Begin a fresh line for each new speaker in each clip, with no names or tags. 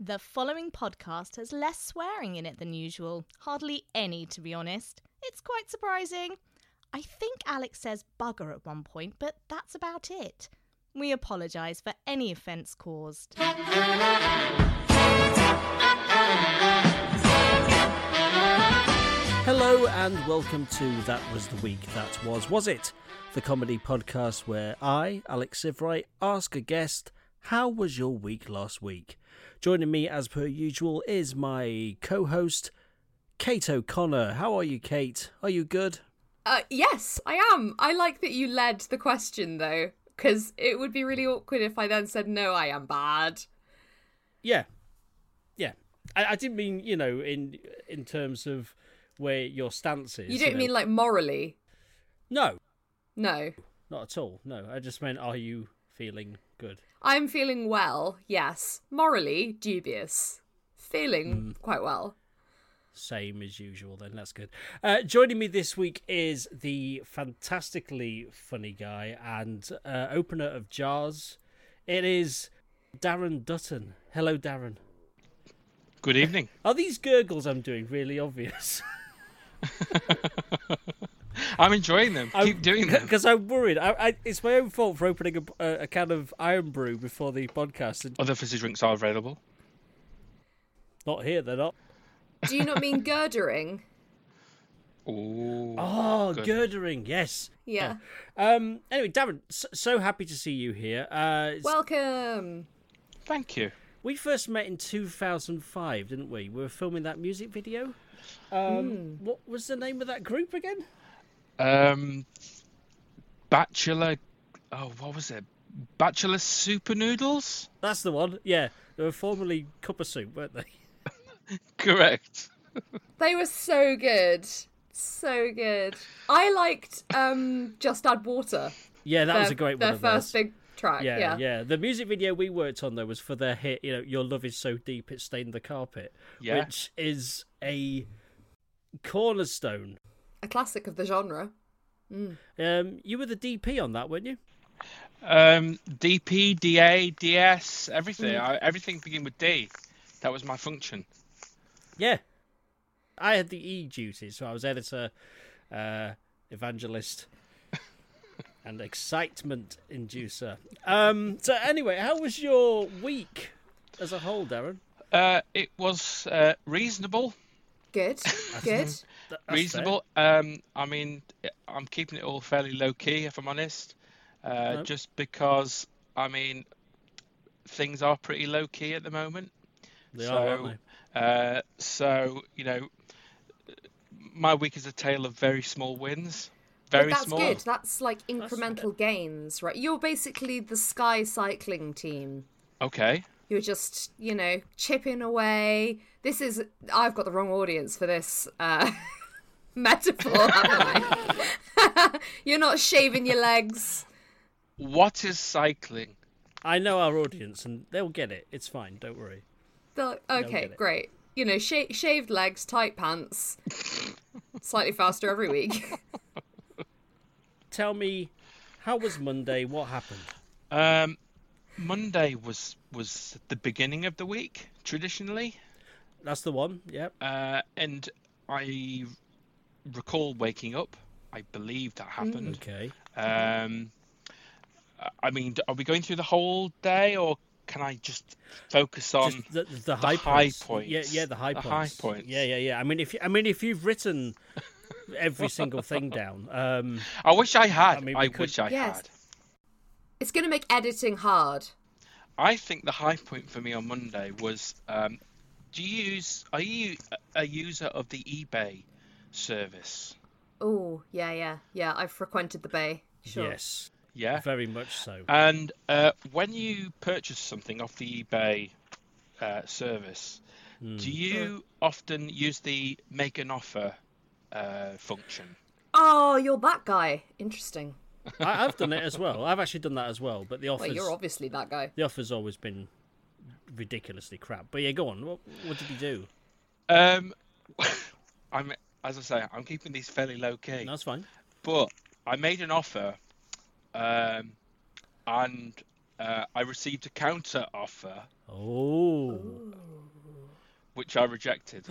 The following podcast has less swearing in it than usual. Hardly any, to be honest. It's quite surprising. I think Alex says bugger at one point, but that's about it. We apologise for any offence caused.
Hello and welcome to That Was the Week That Was Was It, the comedy podcast where I, Alex Sivray, ask a guest, How was your week last week? Joining me as per usual is my co host, Kate O'Connor. How are you, Kate? Are you good?
Uh, yes, I am. I like that you led the question though, because it would be really awkward if I then said no, I am bad.
Yeah. Yeah. I, I didn't mean, you know, in in terms of where your stance is.
You don't mean like morally?
No,
No,
not at all. No. I just meant are you feeling good?
I'm feeling well. Yes, morally dubious.
Hmm.
Feeling quite well.
Same as usual, then that's good. Uh, joining me this week is the fantastically funny guy and uh, opener of jars. It is Darren Dutton. Hello, Darren.
Good evening.
Are these gurgles I'm doing really obvious?
I'm enjoying them. Keep
I'm-
doing them.
Because I'm worried. I, I, it's my own fault for opening a, a, a can of Iron Brew before the podcast. And
Other fizzy drinks are available.
not here, they're not.
Do you not mean girdering?
Ooh.
Oh,
Good.
girdering, yes.
Yeah.
Um. Anyway, Darren, so, so happy to see you here. Uh, it's-
Welcome.
Thank you.
We first met in 2005, didn't we? We were filming that music video. Um, What was the name of that group again?
Um, bachelor. Oh, what was it? Bachelor Super Noodles?
That's the one. Yeah, they were formerly Cuppa Soup, weren't they?
Correct.
They were so good. So good. I liked um Just Add Water.
Yeah, that
their,
was a great
their
one. of
first
theirs.
big track.
Yeah,
yeah.
yeah, The music video we worked on though was for their hit, you know, "Your Love Is So Deep It Stained the Carpet,"
Yeah.
which is a cornerstone.
A classic of the genre.
Um, you were the DP on that, weren't you?
Um, DP, DA, DS, everything.
Mm.
I, everything begin with D. That was my function.
Yeah. I had the E duties, so I was editor, uh, evangelist, and excitement inducer. Um, so anyway, how was your week as a whole, Darren?
Uh, it was uh, reasonable.
Good. Good.
Th- that's
reasonable. Um, I mean, I'm keeping it all fairly low key, if I'm honest, uh,
No.
just because I mean things are pretty low key at the moment.
They
so,
are, aren't
Uh, so you know, my week is a tale of very small wins, very
but that's
small.
good. That's like incremental gains, right? You're basically the sky cycling team.
Okay.
You're just, you know, chipping away. This is I've got the wrong audience for this uh metaphor, haven't I? You're not shaving your legs.
What is cycling?
I know our audience, and they'll get it. It's fine. Don't worry.
They're like,
get
okay,
it.
great. You know, sha- shaved legs, tight pants, slightly faster every week.
Tell me, how was Monday? What happened?
Um, Monday was was the beginning of the week traditionally.
That's the one. Yep.
Uh, and I recall waking up. I believe that happened.
Okay. Mm.
Um, I- I mean, d- are we going through the whole day, or can I just focus on?
Just the, the, high,
Um, high
points.
points.
Yeah, yeah, the high
The high
points.
points.
Yeah, yeah, yeah. I mean, if you, I mean, if you've written every single thing down, um,
I wish I
I
had. I,
mean, we could-
wish I
Yes.
had.
It's going to make editing hard.
I think the high point for me on Monday was: um, Do you use? Are you a- a user of the eBay service?
Oh, yeah, yeah. Yeah, I've frequented the bay. Sure.
yes,
Yeah.
very much so.
And uh, when you purchase something off the eBay uh, service, do you often use the make an offer uh, function?
Oh, you're that guy. Interesting.
I, I've done it as well. I've actually done that as well. But the
Well,
offers,
you're obviously that guy.
the offers, always been ridiculously crap. But yeah, go on. What, what did you do?
Um, I'm as I say, I'm keeping these fairly low key.
That's fine.
But I made an offer, um, and uh, I received a counter offer
Oh,
which I rejected.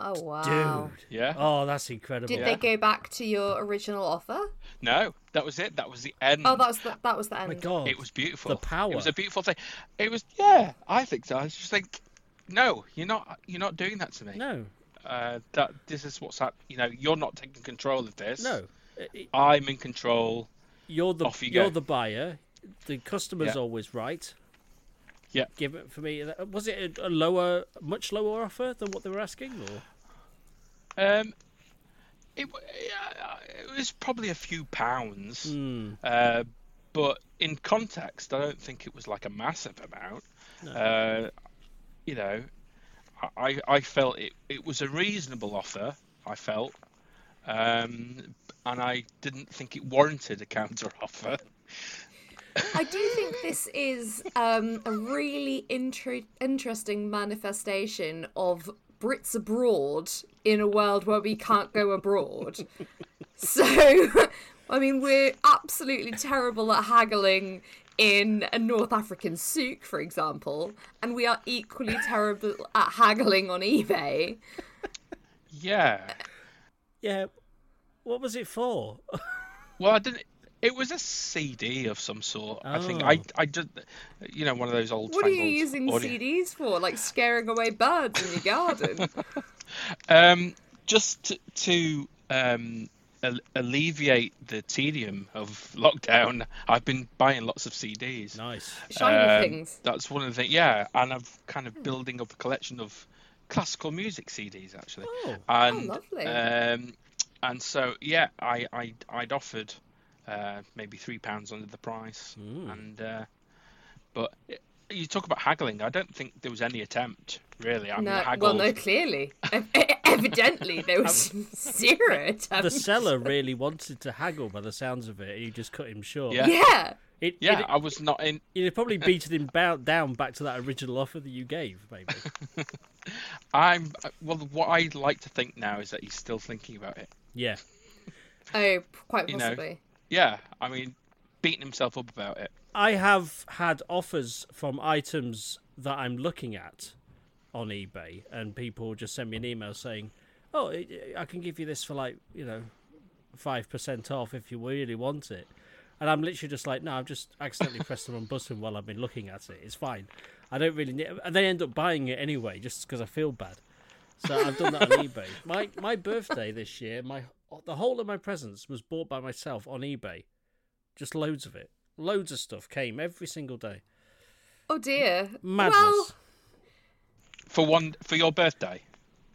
Oh wow.
Dude.
Yeah.
Oh, that's incredible.
Did they go back to your original offer?
No, that was it. That was the end.
Oh, that was the, that was the
Oh my
end.
god.
It was beautiful.
The power.
It was a beautiful thing. It was yeah. I think so. I was just think, no, you're not. You're not doing that to me.
No,
Uh, that this is what's happening. You know, you're not taking control of this.
no. It- it-
I'm in control.
You're the
Off you
you are
go.
the buyer. The customer's
Yeah.
always right.
Yeah.
Give it for me. uh, Was it a, a lower, much lower offer than what they were asking? Or
Um, it, w- yeah, it was probably a few pounds,
Hmm.
uh, but in context, I don't think it was like a massive amount. Uh, you know, I, I felt it, it was a reasonable offer, I felt, um, and I didn't think it warranted a counter offer.
I do think this is um, a really inter- interesting manifestation of Brits abroad in a world where we can't go abroad. so, I mean, we're absolutely terrible at haggling in a North African souk, for example, and we are equally terrible at haggling on eBay.
Yeah.
yeah, what was it for?
Well, I didn't. It was a CD of some sort. I think I,
Oh.
I just, you know, one of those old.
What are you
fangled
using
audio-
CDs for? Like scaring away birds in your garden?
Um, just to, to um, al- alleviate the tedium of lockdown, I've been buying lots of CDs.
nice.
Shiny
Um,
things.
That's one of the things. Yeah, and I'm kind of building up a collection of classical music CDs actually.
Oh.
and,
lovely.
Um, and so yeah, I, I I'd offered uh, maybe three pounds under the price,
Hmm.
and uh, but. you talk about haggling. I don't think there was any attempt, really. I mean, I
No,
haggled.
well, no, clearly, Ev- e-, evidently, there was
The
zero attempt.
seller really wanted to haggle by the sounds of it, and you just cut him short.
Yeah.
Yeah,
It,
Yeah,
it,
I was not in.
you'd probably beaten him bow- down back to that original offer that you gave, maybe.
I'm uh, well. What I like to think now is that he's still thinking about it.
Yeah.
oh, p- quite
You know.
possibly.
Yeah, I mean, beating himself up about it.
I have had offers from items that I'm looking at on eBay, and people just send me an email saying, "Oh, I- I can give you this for like you know five percent off if you really want it," and I'm literally just like, "No, I've just accidentally pressed the wrong button while I've been looking at it. It's fine. I don't really need." And they end up buying it anyway, just because I feel bad. So I've done that on eBay. My my birthday this year, my the whole of my presents was bought by myself on eBay. Just loads of it. Loads of stuff came every single day.
Oh dear.
Madness.
Well,
For one, for your birthday.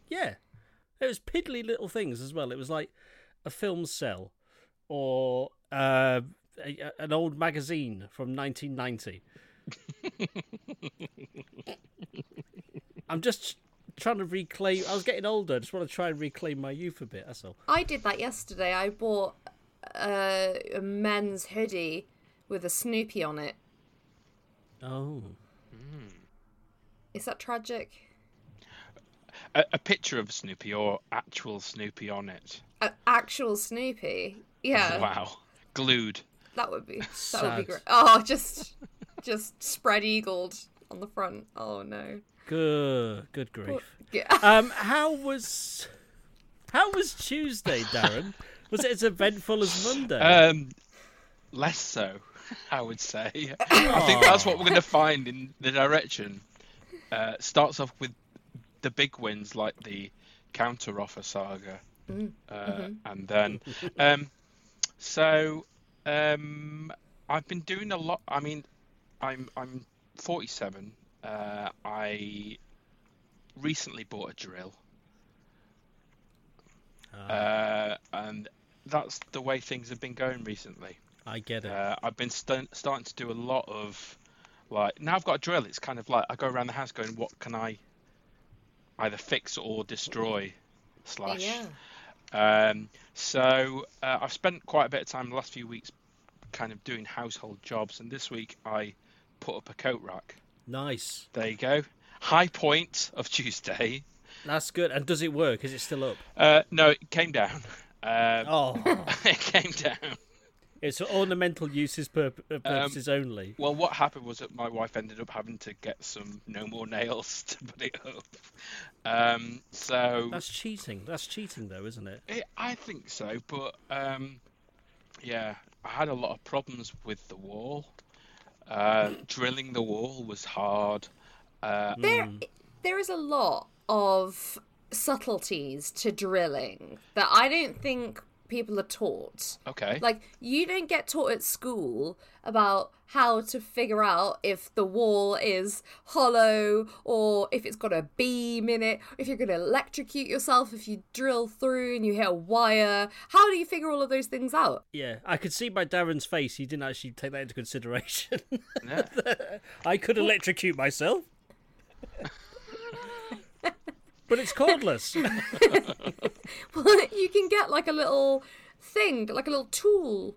Yeah. It was piddly little things as well. It was like a film cell or uh, a, a- an old magazine from 1990. I'm just trying to reclaim. I was getting older. I just want to try and reclaim my youth a bit. That's all.
I did that yesterday. I bought uh, a men's hoodie with a Snoopy on it.
Oh.
Is that tragic?
A, a picture of Snoopy or actual Snoopy on it.
A actual Snoopy. Yeah,
Wow, glued.
that would be that would
Sad.
be great. Oh, just just spread eagled on the front. Oh no. uh,
Good. Good grief.
Yeah.
Um, how was how was Tuesday, Darren? was it as eventful as Monday?
Um, less so, I would say. I think that's what we're going to find in the direction. Uh, starts off with the big wins like the counter offer saga, uh, and then um, so um, I've been doing a lot. I mean, I'm I'm 47. Uh, I recently bought a drill. Uh, and that's the way things have been going recently.
I get it.
Uh, I've been st- starting to do a lot of like now I've got a drill. It's kind of like I go around the house going, what can I either fix or destroy? Slash.
yeah.
Um, so uh, I've spent quite a bit of time the last few weeks kind of doing household jobs, and this week I put up a coat rack.
nice.
There you go. High point of Tuesday.
That's good. And does it work? Is it still up?
Uh, no, it came down. Uh,
Oh,
it came down.
It's for ornamental uses pur-
Um,
uh, purposes only.
Well, what happened was that my wife ended up having to get some no more nails to put it up. Um, so
That's cheating. That's cheating, though, isn't it?
it, I think so, but um, yeah, I had a lot of problems with the wall. Uh, drilling the wall was hard. Uh,
There, there is a lot of subtleties to drilling that I don't think people are taught.
okay.
Like you don't get taught at school about how to figure out if the wall is hollow or if it's got a beam in it, if you're going to electrocute yourself if you drill through and you hit a wire. How do you figure all of those things out?
Yeah, I could see by Darren's face he didn't actually take that into consideration.
Yeah.
I could electrocute myself. but it's cordless.
Well, you can get like a little thing, like a little tool.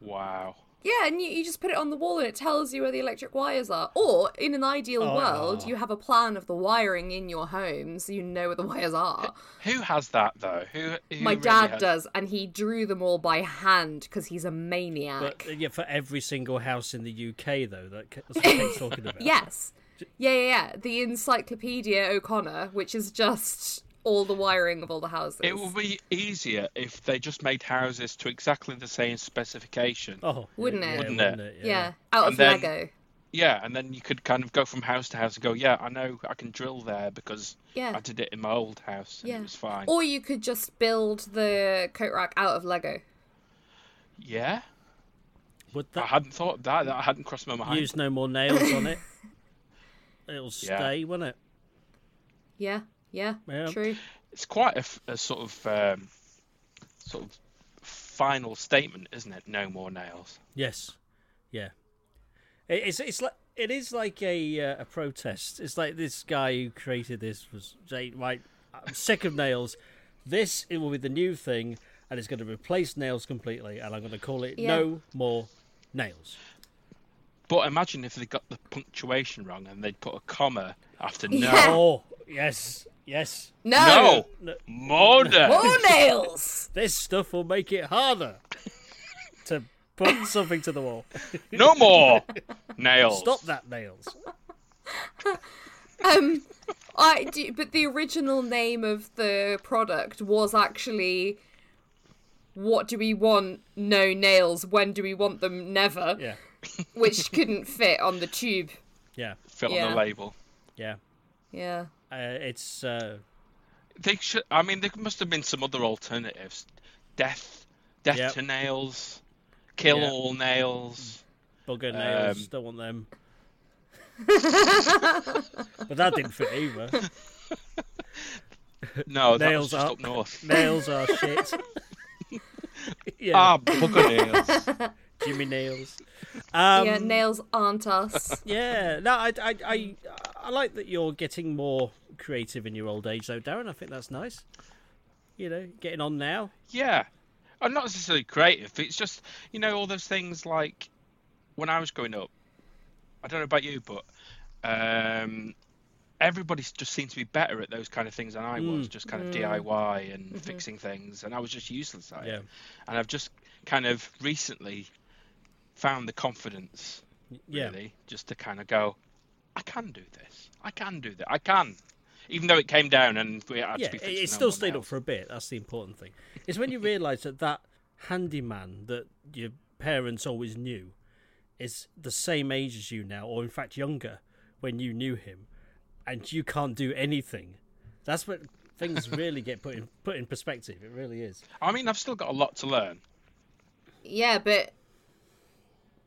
Wow.
Yeah, and you, you just put it on the wall and it tells you where the electric wires are. Or in an ideal world, you have a plan of the wiring in your home so you know where the wires are.
Who has that though? Who? who
My
really
dad
has-
does, and he drew them all by hand because he's a maniac.
But uh, yeah, for every single house in the UK, though, that, that's what Kate's talking about.
Yes. Yeah, yeah, yeah. The Encyclopedia O'Connor, which is just all the wiring of all the houses.
It would be easier if they just made houses to exactly the same specification.
Oh,
Wouldn't
yeah,
it?
Yeah,
Wouldn't
wouldn't
it?
it?
yeah. out of
And then-
Lego.
Yeah, and then you could kind of go from house to house and go, yeah, I know I can drill there because
Yeah.
I did it in my old house and
Yeah.
it was fine.
Or you could just build the coat rack out of Lego.
Yeah,
Would
I
that
hadn't thought of that. That hadn't crossed my mind.
use no more nails on it? It'll stay, won't it?
Yeah, yeah,
Yeah.
true.
It's quite a, f- a sort of um, sort of final statement, isn't it? No more nails.
Yes. Yeah. It- It's it's like it is like a uh, a protest. It's like this guy who created this was saying, "Right, I'm sick of nails. This it will be the new thing, and it's going to replace nails completely. And I'm going to call it
Yeah.
no more nails."
But imagine if they got the punctuation wrong and they'd put a comma after no,
Yeah.
Oh yes, yes.
no,
No!
Oh, No.
more nails.
More nails!
This stuff will make it harder to put something to the wall.
no more nails.
Stop that, nails.
um, I do, but the original name of the product was actually "What do we want? No nails. When do we want them? Never."
Yeah,
Which couldn't fit on the tube.
yeah,
Fit on
Yeah.
the label.
yeah.
Yeah.
Uh, it's uh,
They should. I mean, there must have been some other alternatives. Death, death
Yep.
to nails, kill
Yeah.
all nails.
Bugger nails.
Um,
Don't want them. but that didn't fit either.
No, that
Nails
was just
up.
up north.
Nails are shit. yeah,
Ah, bugger nails.
Jimmy nails. Um,
yeah. Nails aren't us.
yeah. No, I, I, I, I like that you're getting more creative in your old age, though, Darren. I think that's nice. You know, getting on now.
Yeah, I'm not necessarily creative. It's just you know all those things like when I was growing up. I don't know about you, but um, everybody just seemed to be better at those kind of things than I
Mm.
was, just kind of DIY and fixing things, and I was just useless at
Mm-hmm. Yeah.
it. And I've just kind of recently found the confidence
Yeah.
really, just to kind of go, I can do this. I can do that. I can. Even though it came down and we had
yeah,
to be
it,
fixing
it
no
still
one
stayed up
else.
for a bit. That's the important thing. It's when you realise that that handyman that your parents always knew is the same age as you now, or in fact younger, when you knew him, and you can't do anything. That's when things really get put in put in perspective. It really is.
I mean, I've still got a lot to learn.
yeah, but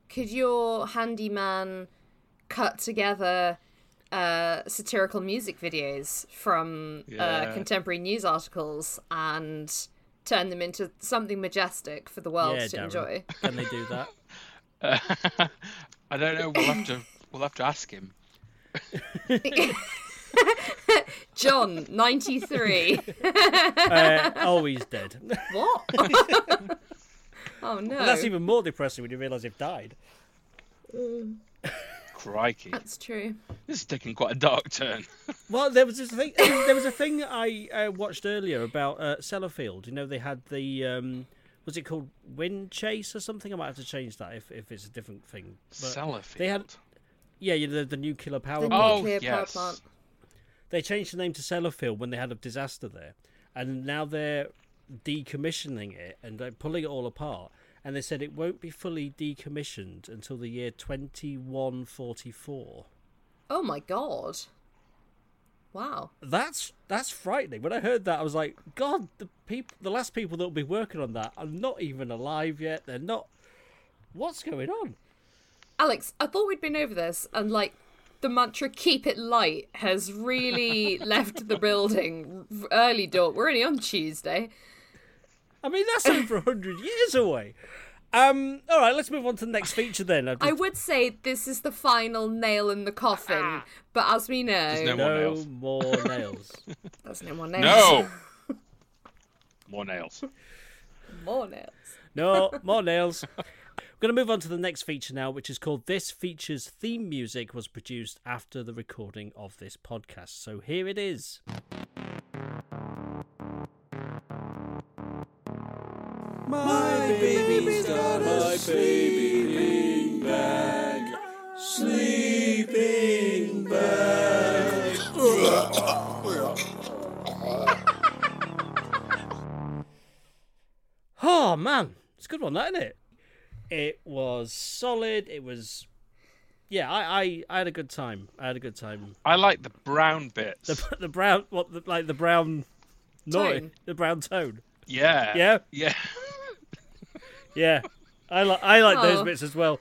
could your handyman cut together? Uh, satirical music videos from uh,
Yeah.
contemporary news articles and turn them into something majestic for the world
Yeah,
to
Darren.
enjoy.
Can they do that?
Uh, I don't know. We'll have to. We'll have to ask him.
John, 93.
uh, oh, he's dead.
what? oh no.
That's even more depressing when you realise they've died.
Crikey,
That's true.
this is taking quite a dark turn.
Well, there was this thing. There was a thing I uh, watched earlier about uh, Sellafield. You know, they had the um, was it called Wind Chase or something? I might have to change that if, if it's a different thing. But
Sellafield.
they had- yeah, you know, the, the nuclear power
The
plant.
Oh,
nuclear power
yes.
plant.
They changed the name to Sellafield when they had a disaster there, and now they're decommissioning it and they're pulling it all apart. And they said it won't be fully decommissioned until the year 2144.
Oh my god. Wow.
That's that's frightening. When I heard that, I was like, God, the people, the last people that will be working on that are not even alive yet. They're not. What's going on?
Alex, I thought we'd been over this, and like the mantra "keep it light" has really left the building r- early. Door. We're only on Tuesday.
I mean, that's over hundred years away. Um, all right, let's move on to the next feature then. I've
I
just-
would say this is the final nail in the coffin, but as we know,
no more
no
nails.
more nails.
there's no more nails.
No. More nails.
more nails.
No more nails. We're going to move on to the next feature now, which is called This Feature's Theme Music was produced after the recording of this podcast. So here it is.
My baby's got a sleeping bag. Sleeping bag.
Oh man, it's a good one, that isn't it? It was solid. It was, yeah. I, I, I had a good time. I had a good time.
I like the brown bits.
The, the brown, what, the, like the brown, noise,
Tone.
the brown tone.
Yeah.
Yeah.
Yeah.
Yeah, I like, I like those
Oh.
bits as well.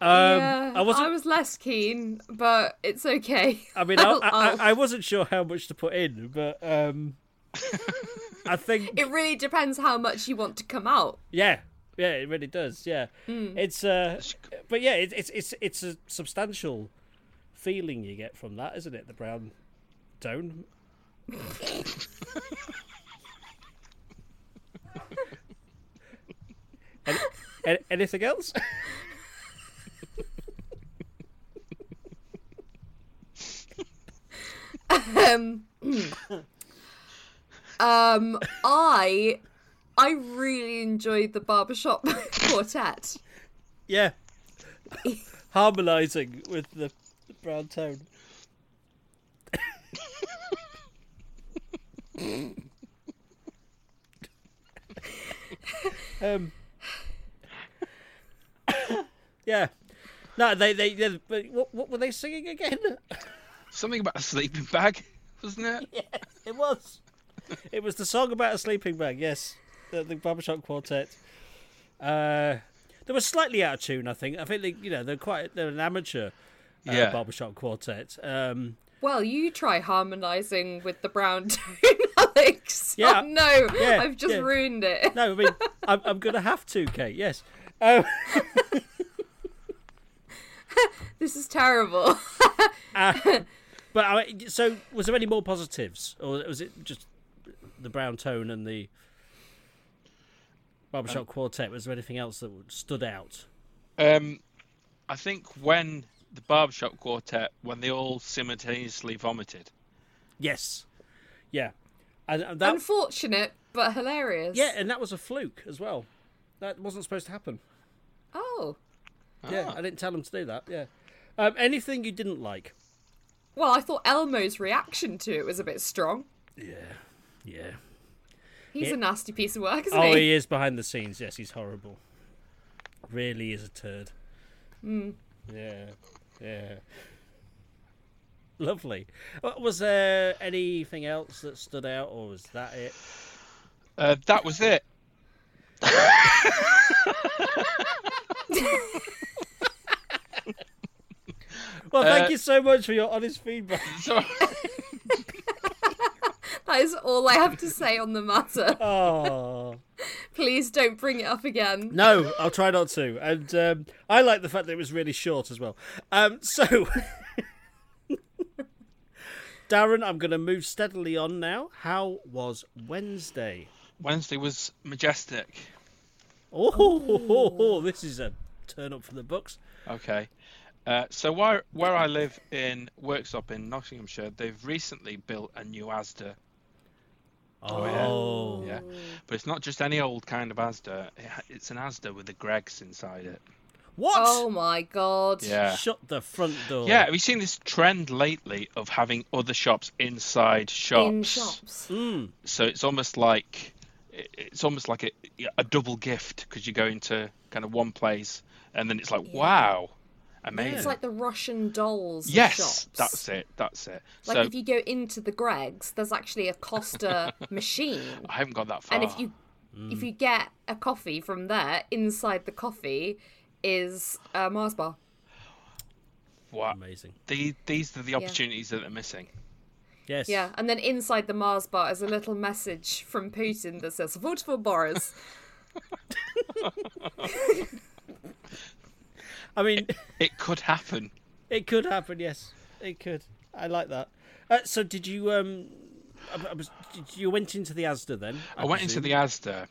Um,
yeah,
I wasn't. I,
was less keen, but it's okay.
mean, I,
I'll-
I,
I'll-
I wasn't sure how much to put in, but um, I think
it really depends how much you want to come out.
Yeah, yeah, it really does. Yeah, it's uh, but yeah, it, it's it's it's a substantial feeling you get from that, isn't it? The brown tone. An- an- anything else?
um, um, I I really enjoyed the barbershop quartet.
yeah, harmonising with the, the brown tone. um. yeah. No, they they. they but what, what were they singing again?
Something about a sleeping bag, wasn't it?
It was. It was the song about a sleeping bag. Yes, the, the barbershop quartet. Uh, they were slightly out of tune. I think. I think they, you know, they're quite. They're an amateur uh,
Yeah.
barbershop quartet. Um,
Well, you try harmonising with the brown tone, Alex.
Yeah,
Oh, no,
yeah,
I've just
yeah.
ruined it.
no, I mean, I'm, I'm going to have to, Kate. Yes. Um,
This is terrible.
but I, mean, so, was there any more positives, or was it just the brown tone and the barbershop quartet? Was there anything else that stood out?
Um, I think when the barbershop quartet, when they all simultaneously vomited.
Yes. Yeah. And, and that
Unfortunate, but hilarious.
Yeah, and that was a fluke as well. That wasn't supposed to happen.
Oh.
Yeah, I didn't tell them to do that. Yeah. Um, anything you didn't like?
Well, I thought Elmo's reaction to it was a bit strong.
Yeah. Yeah.
He's
Yeah.
a nasty piece of work, isn't
Oh,
he?
he is behind the scenes. Yes, he's horrible. Really is a turd. Yeah. Yeah. Lovely. Uh, Was there anything else that stood out, or was that it?
Uh, that was it.
Well, thank
Uh,
you so much for your honest feedback.
So,
That is all I have to say on the matter.
Oh.
Please don't bring it up again.
No, I'll try not to. And um, I like the fact that it was really short as well. Um, so, Darren, I'm going to move steadily on now. How was Wednesday?
Wednesday was majestic.
Oh, ho, ho, ho, ho, Oh, this is a turn up for the books.
Okay. Uh, so where where I live in Worksop in Nottinghamshire, they've recently built a new ASDA
Oh,
Yeah. But it's not just any old kind of Asda. It ha- It's an Asda with the Greggs inside it.
what?
Oh my god.
Yeah.
Shut the front door.
Yeah, have you seen this trend lately of having other shops inside shops?
In shops.
Mm.
So it's almost like it- it's almost like a, a double gift because you go into kind of one place and then it's like wow, amazing.
It's like the Russian dolls. of
yes,
shops.
that's it, that's it.
Like
so
if you go into the Greggs, there's actually a Costa machine.
I haven't got that far.
And if you
Mm.
if you get a coffee from there, inside the coffee is a Mars bar.
Wow.
Amazing.
The, these are the opportunities that they're missing.
Yes.
Yeah, and then inside the Mars bar is a little message from Putin that says "Vote for Boris."
I mean,
It could happen.
it could happen. Yes, it could. I like that. Uh, so, did you um, I, I was, did you went into the Asda then?
I went into the Asda,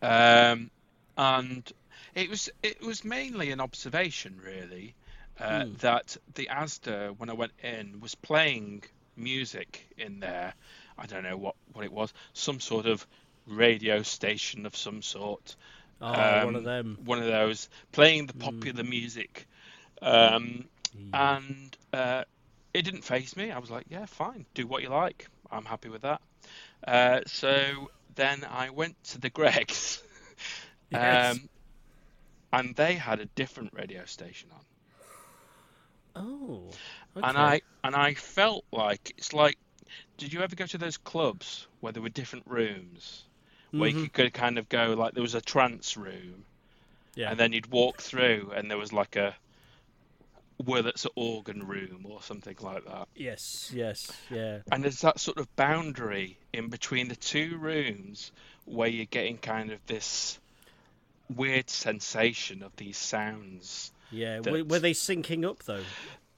um, and it was it was mainly an observation really uh, that the Asda when I went in was playing music in there. I don't know what what it was, some sort of radio station of some sort.
Oh, one
um,
of them. Hmm.
One of those playing the popular music, um, and uh, it didn't phase me. I was like, yeah, fine, do what you like. I'm happy with that. Uh, so then I went to the Gregs,
Yes.
um, and they had a different radio station on,
Oh.
and I and I felt like it's like, did you ever go to those clubs where there were different rooms, where
Mm-hmm.
you could kind of go like there was a trance room,
Yeah.
and then you'd walk through and there was like a whether it's an organ room or something like that.
Yes. Yes. Yeah.
And there's that sort of boundary in between the two rooms where you're getting kind of this weird sensation of these sounds.
Yeah.
That-
Were, were they syncing up though?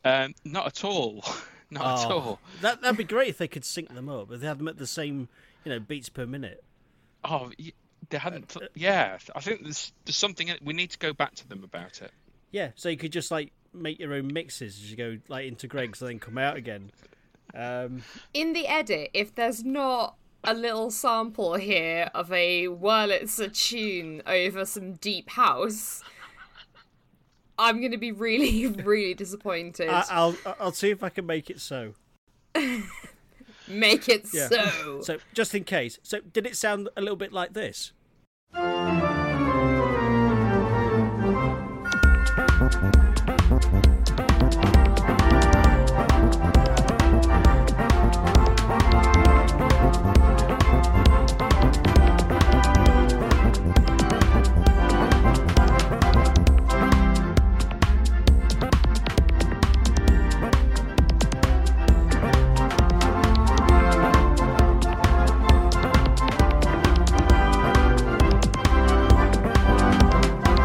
Oh.
Um, not at all. Not at all.
That that'd be great if they could sync them up. If they had them at the same, you know, beats per minute.
Oh, y- they hadn't. Th- yeah, I think there's, there's something. In it. We need to go back to them about it.
Yeah. So you could just like make your own mixes as you go like into Greg's and then come out again. Um,
In the edit, if there's not a little sample here of a Wurlitzer tune over some deep house, I'm gonna be really, really disappointed.
Uh,
I, I'll I'll see if I can make it so.
Make it
Yeah.
so.
So just in case. So did it sound a little bit like this?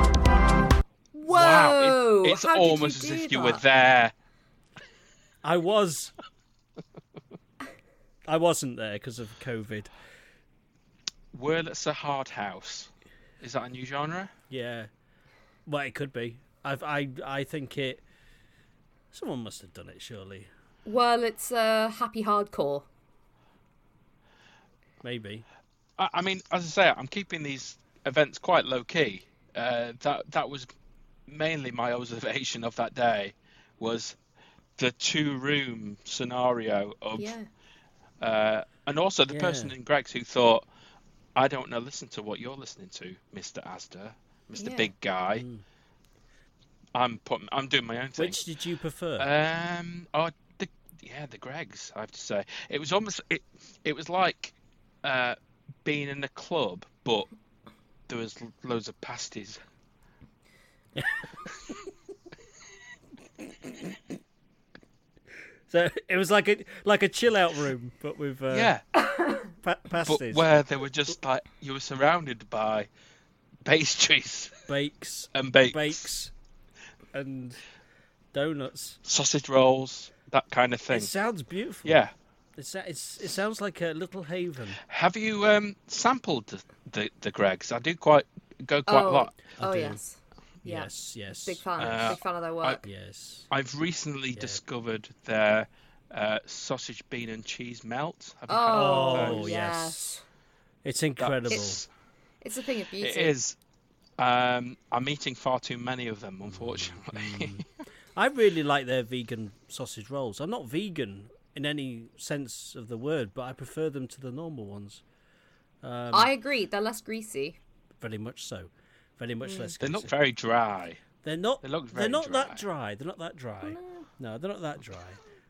Whoa!
wow, it- it's
how did you
almost as
do
if you were
that?
there.
I was. I wasn't there because of COVID.
Wurlitzer Hard House. Is that a new genre?
Yeah. Well, it could be. I've, I I think it. Someone must have done it, surely.
Well, it's uh, happy hardcore.
Maybe.
I, I mean, as I say, I'm keeping these events quite low key. Uh, that that was mainly my observation of that day was the two room scenario of
Yeah.
uh, and also the person
Yeah.
in Greg's who thought, I don't know, listen to what you're listening to, Mister Asda, Mister
Yeah.
Big Guy. I'm putting, I'm doing my own thing.
Hmm. Which did you prefer?
Um, oh, the yeah, the Gregs. I have to say, it was almost it. It was like uh, being in a club, but there was l- loads of pasties.
so it was like a like a chill out room, but with uh,
yeah,
pa-
but
pasties,
where they were just like you were surrounded by pastries
bakes,
and bakes,
bakes, and donuts.
sausage rolls, that kind of thing.
It sounds beautiful.
Yeah.
It's, it's, it sounds like a little haven.
Have you um, sampled the, the the Gregs? I do quite go quite a
oh,
lot.
oh
do.
yes. Yeah.
Yes, yes,
Big fan.
Uh,
Big fan of their work.
yes.
I've recently discovered their uh, sausage, bean, and cheese melt. Have you had
Oh,
one of
Oh,
those?
yes.
yes.
It's incredible.
That's-
It's a thing of beauty.
It is. Um, I'm eating far too many of them, unfortunately.
Mm, I really like their vegan sausage rolls. I'm not vegan in any sense of the word, but I prefer them to the normal ones.
I agree. They're less greasy.
Very much so. Very much
Mm.
less.
they look
greasy.
very dry.
They're not.
They look
they're
very
not that dry. They're not that dry.
Oh,
No, they're not that dry.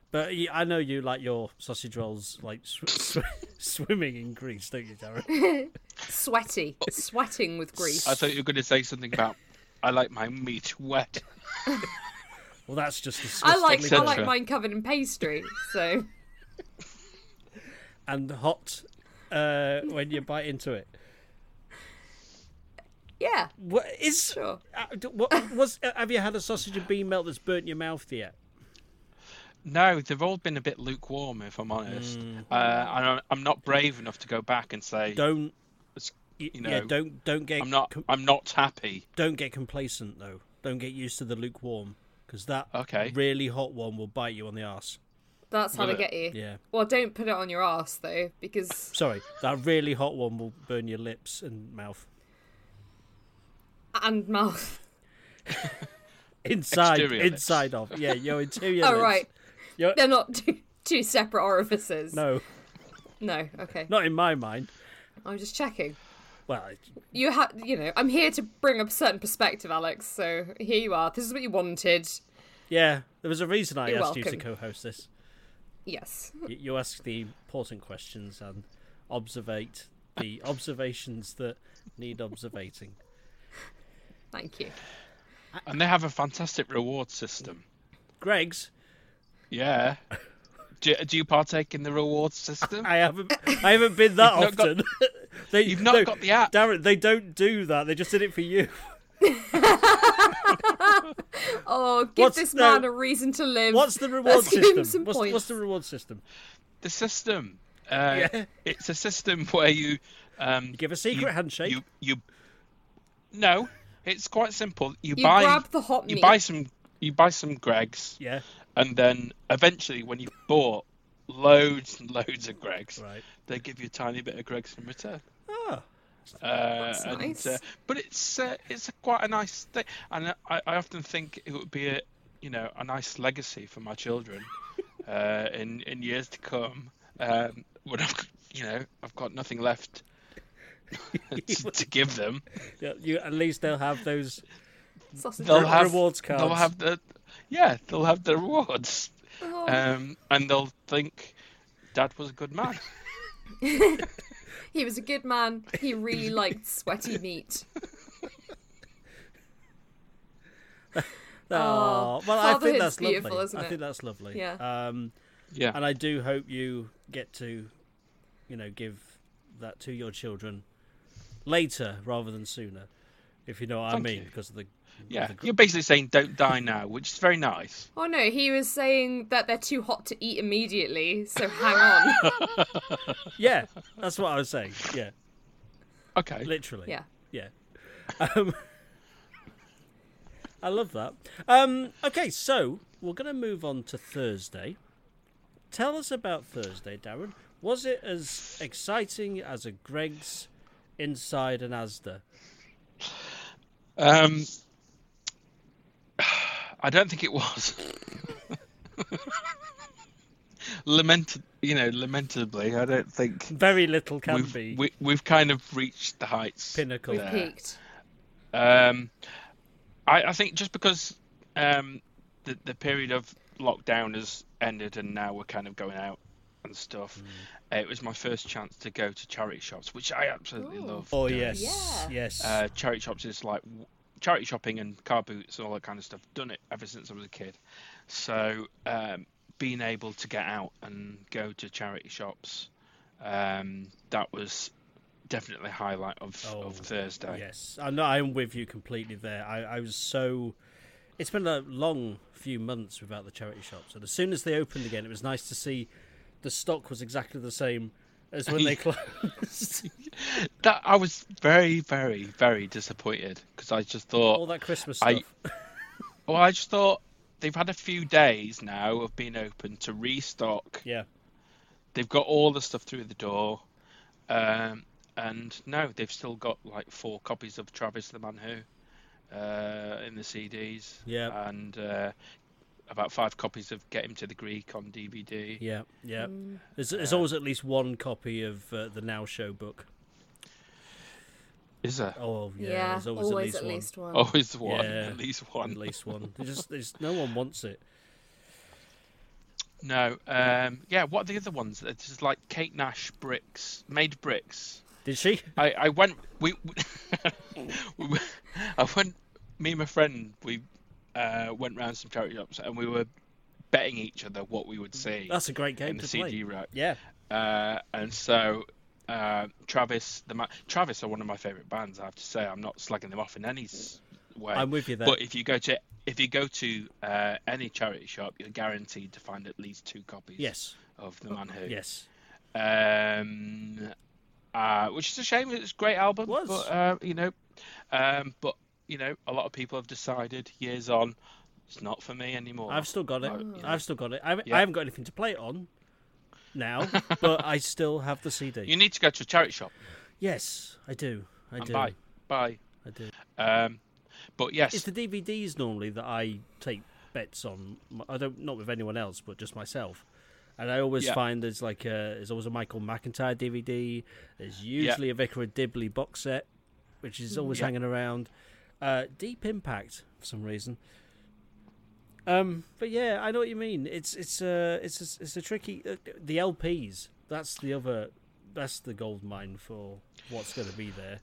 But you, I know you like your sausage rolls like sw- sw- swimming in grease, don't you, Darren?
Sweaty. Sweating with grease.
I thought you were going to say something about I like my meat wet.
Well, that's just disgusting.
I like I
Etc.
like mine covered in pastry. So
and hot uh, when you bite into it.
yeah,
What is?
sure.
Uh, d- what was? uh, Have you had a sausage and bean melt that's burnt your mouth yet?
No, they've all been a bit lukewarm, if I'm honest. Uh, and I'm- I'm not brave enough to go back and say,
Mm. Don't.
you know,
yeah, don't don't get.
I'm not.
com-
I'm not happy.
don't get complacent though. Don't get used to the lukewarm because that
Okay.
really hot one will bite you on the ass.
That's how
Will
they
it?
get you.
Yeah.
Well, don't put it on your ass though, because
Sorry, that really hot one will burn your lips and mouth.
and mouth.
Inside,
Exterior lips.
inside of yeah, your interior.
Oh
lips.
right,
Your-
they're not two, two separate orifices.
No,
no. Okay,
not in my mind.
I'm just checking.
Well, it-
You have, you know, I'm here to bring a certain perspective, Alex. So here you are. This is what you wanted.
yeah, there was a reason I
You're
asked you to
welcome.
co-host this.
Yes.
You, you ask the important questions and observate the observations that need observating.
Thank you.
And they have a fantastic reward system.
Greg's,
Yeah. Do, do you partake in the reward system?
I haven't, I haven't been that
You've not got-
often. they,
You've not got the app.
Darren. They don't do that. They just did it for you.
Oh, give
What's
this
the-
man a reason to live.
What's the reward
give him
system?
some
what's,
points.
what's the reward system?
The system. Uh,
Yeah.
It's a system where you. Um, you
give a secret handshake.
You, you. No, it's quite simple. You,
You
buy.
grab the hot
you
meat.
buy some. You buy some Gregs,
Yeah,
and then eventually, when you've bought loads and loads of Gregs,
right.
they give you a tiny bit of Gregs in return.
Ah,
Uh,
That's
and,
nice.
uh, but it's uh, it's a quite a nice thing, and I, I often think it would be a you know a nice legacy for my children uh, in in years to come um, when I've you know I've got nothing left to, to give them.
yeah, you, at least they'll have those.
sausage
They'll
Re-
have
rewards
They'll
cards.
have the yeah they'll have the rewards,
Oh,
um, and they'll think Dad was a good man.
he was a good man. He really liked sweaty meat.
Oh, well, I think
fatherhood's
that's
beautiful,
lovely.
isn't
I
it?
think that's lovely.
Yeah.
Um,
Yeah,
and I do hope you get to, you know, give that to your children later rather than sooner, if you know what
Thank
I mean.
you.
Because of the
yeah.
the gr-
You're basically saying don't die now, which is very nice.
Oh no, he was saying that they're too hot to eat immediately, so hang on.
yeah, that's what I was saying. Yeah,
Okay.
literally.
yeah.
Yeah. Um, I love that. Um, okay, so we're going to move on to Thursday. Tell us about Thursday, Darren. Was it as exciting as a Greg's inside an Asda?
Um, I don't think it was. Lament, you know, lamentably, I don't think
Very little can
we've
be
we, we've kind of reached the heights.
pinnacle.
We've
Yeah.
peaked.
Um, I, I think just because um, the the period of lockdown has ended and now we're kind of going out and stuff,
Mm.
it was my first chance to go to charity shops, which I absolutely
Ooh.
love.
Oh
doing.
yes,
Yeah.
yes.
uh, charity shops is like w- charity shopping and car boots and all that kind of stuff. Done it ever since I was a kid. So um, being able to get out and go to charity shops, um, that was definitely a highlight of,
Oh,
of Thursday.
Yes, I know. I'm with you completely there. I, I was so. It's been a long few months without the charity shops, and as soon as they opened again, it was nice to see the stock was exactly the same as when they closed.
That I was very, very, very disappointed because I just thought,
All that Christmas
I-
stuff.
well, I just thought they've had a few days now of being open to restock.
Yeah.
They've got all the stuff through the door, um, and no, they've still got like four copies of Travis the Man Who uh, in the CDs.
Yeah.
and uh, about five copies of Get Him to the Greek on DVD.
Yeah, yeah. There's, there's always at least one copy of uh, the Now Show book.
Is there
Oh, yeah.
Yeah,
there's always, at least,
one.
always one?
Yeah.
At least
one.
one.
At least one. They just, there's no one wants it.
No. Um, yeah. What are the other ones? It's just like Kate Nash bricks, made bricks.
Did she?
I, I went. We, we, we went- I went. Me and my friend we uh, went round some charity shops and we were betting each other what we would see
That's a great
in
game
the
to play.
CD rack.
Yeah,
Uh, and so uh, Travis, the ma- Travis are one of my favourite bands. I have to say, I'm not slagging them off in any s- way.
I'm with you there.
But if you go to if you go to uh, any charity shop, you're guaranteed to find at least two copies.
Yes,
Of the man who.
yes.
Um, uh, which is a shame. It's a great album.
Was.
But, uh, you know, um, but you know, a lot of people have decided years on, it's not for me anymore.
I've still got it.
Oh, yeah.
I've still got it. I, haven't- I
Yeah.
haven't got anything to play it on now, but I still have the CD.
You need to go to a charity shop
Yes, I do. I
and
do.
buy buy.
I do.
Um, but yes,
It's the DVDs normally that I take bets on. I don't not with anyone else, but just myself. And I always
Yeah.
find there's like a, there's always a Michael McIntyre DVD. There's usually a Vicar of Dibley box set, which is always
Mm, Yeah.
hanging around. Uh, Deep Impact for some reason. Um, but yeah, I know what you mean. It's it's uh, it's a, it's a tricky uh, the LPs. That's the other. That's the gold mine for what's going to be there.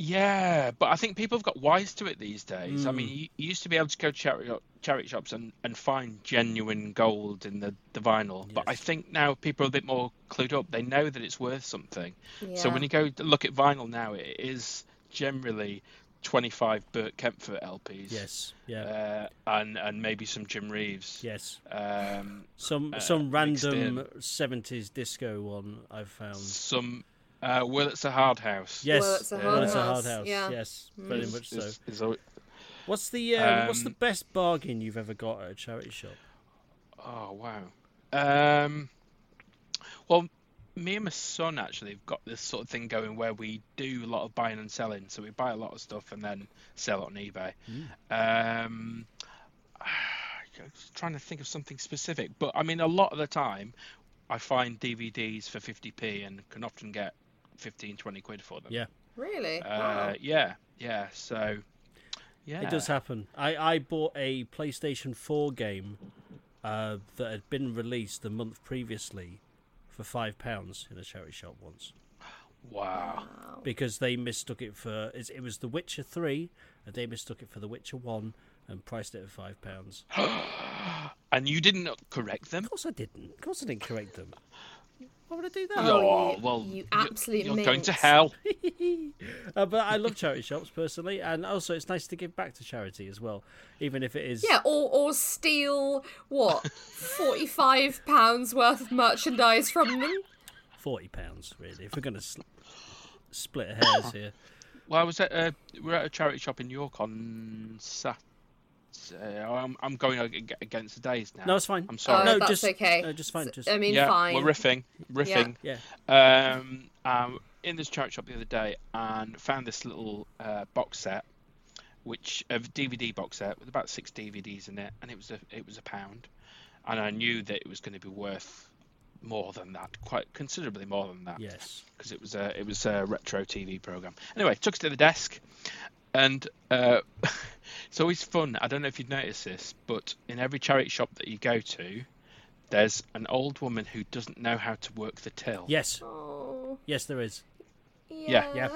Yeah, but I think people have got wise to it these days. I
Mm.
mean, you, you used to be able to go to charity, charity shops and, and find genuine gold in the, the vinyl, but I
Yes.
think now people are a bit more clued up. They know that it's worth something.
Yeah.
Oh, So when you go to look at vinyl now, it is generally 25 Burt Kempfert LPs.
Yes. Yeah.
Uh, and and maybe some Jim Reeves.
yes.
Um,
Some
uh,
some
mixed
random seventies disco one I've found.
some uh, Well, it's a hard house.
Yes,
Well, it's a
Well, it's a
Hard
hard
House,
house.
yeah. Hmm.
Yes, very
is-
much so.
is- is al-
What's the um, what's the
Um,
best bargain you've ever got at a charity shop?
Oh wow. Um, well, me and my son actually have got this sort of thing going where we do a lot of buying and selling. So we buy a lot of stuff and then sell it on eBay.
Hmm.
Um, I was trying to think of something specific, but I mean, a lot of the time, I find DVDs for 50p and can often get 15, 20 quid for them.
Yeah.
really?
Uh,
wow.
yeah, yeah. So, yeah,
It does happen. I, I bought a PlayStation Four game uh, that had been released a month previously for five pounds in a charity shop once
Wow.
Wow.
because they mistook it for it's- it was The Witcher Three and they mistook it for The Witcher One and priced it at five pounds. Of
And you didn't correct them?
course I didn't. Of course I didn't correct them. Why would I do that?
Oh,
Oh,
you-
well,
you
you-
absolute
You're going
minx.
to hell.
Uh, but I love charity shops personally, and also it's nice to give back to charity as well, even if it is.
Yeah, or or steal what forty five pounds worth of merchandise from them.
forty pounds really. If we're going to sl- split hairs here,
Well, I was at a, we were at a charity shop in York on Saturday. Oh, I'm, I'm going ag- against the days now.
no, it's fine.
I'm
Oh,
sorry.
No,
that's
just-
okay.
no, just fine,
S- um,
just-
I mean,
yeah,
fine.
we're riffing, riffing.
Yeah,
Um, um, in this charity shop the other day, and found this little uh, box set, which a DVD box set with about six DVDs in it, and it was a it was a pound, and I knew that it was going to be worth more than that, quite considerably more than that.
yes,
because it was a it was a retro TV program. Anyway, took it to the desk, and uh, it's always fun. I don't know if you'd noticed this, but in every charity shop that you go to, there's an old woman who doesn't know how to work the till.
yes,
Oh,
yes. There is.
yeah.
yeah.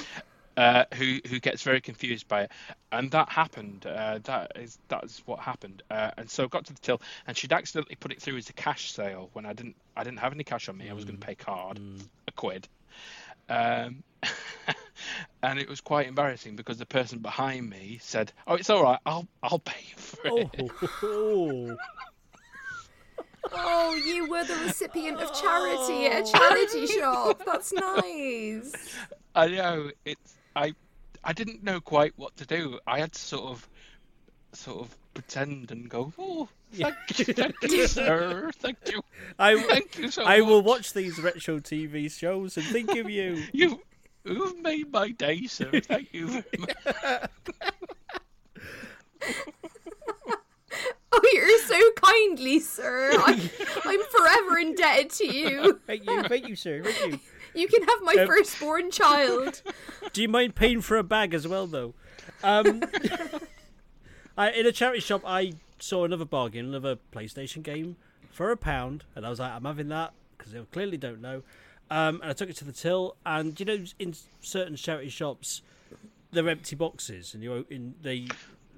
Uh, who who gets very confused by it, and that happened. Uh, that is that is what happened. Uh, and so I got to the till, and she'd accidentally put it through as a cash sale when I didn't I didn't have any cash on me. I was going to pay card, a quid, um, and it was quite embarrassing because the person behind me said, "Oh, it's all right. I'll I'll pay for it."
Oh, oh,
Oh, you were the recipient of charity
Oh.
at a charity shop. That's nice.
I know it's I I didn't know quite what to do. I had to sort of sort of pretend and go, oh, thank you, thank you, sir, thank you,
I,
thank you so
I will
much.
watch these retro TV shows and think of you.
You, you've made my day, sir. Thank you very much.
Oh, you're so kindly, sir. I'm, I'm forever indebted to you.
Thank you, thank you, sir. Thank you.
You can have my firstborn child.
Do you mind paying for a bag as well, though? Um, I, in a charity shop, I saw another bargain, another PlayStation game for a pound, and I was like, I'm having that because they clearly don't know. Um, and I took it to the till, and you know, in certain charity shops, they're empty boxes, and you open, they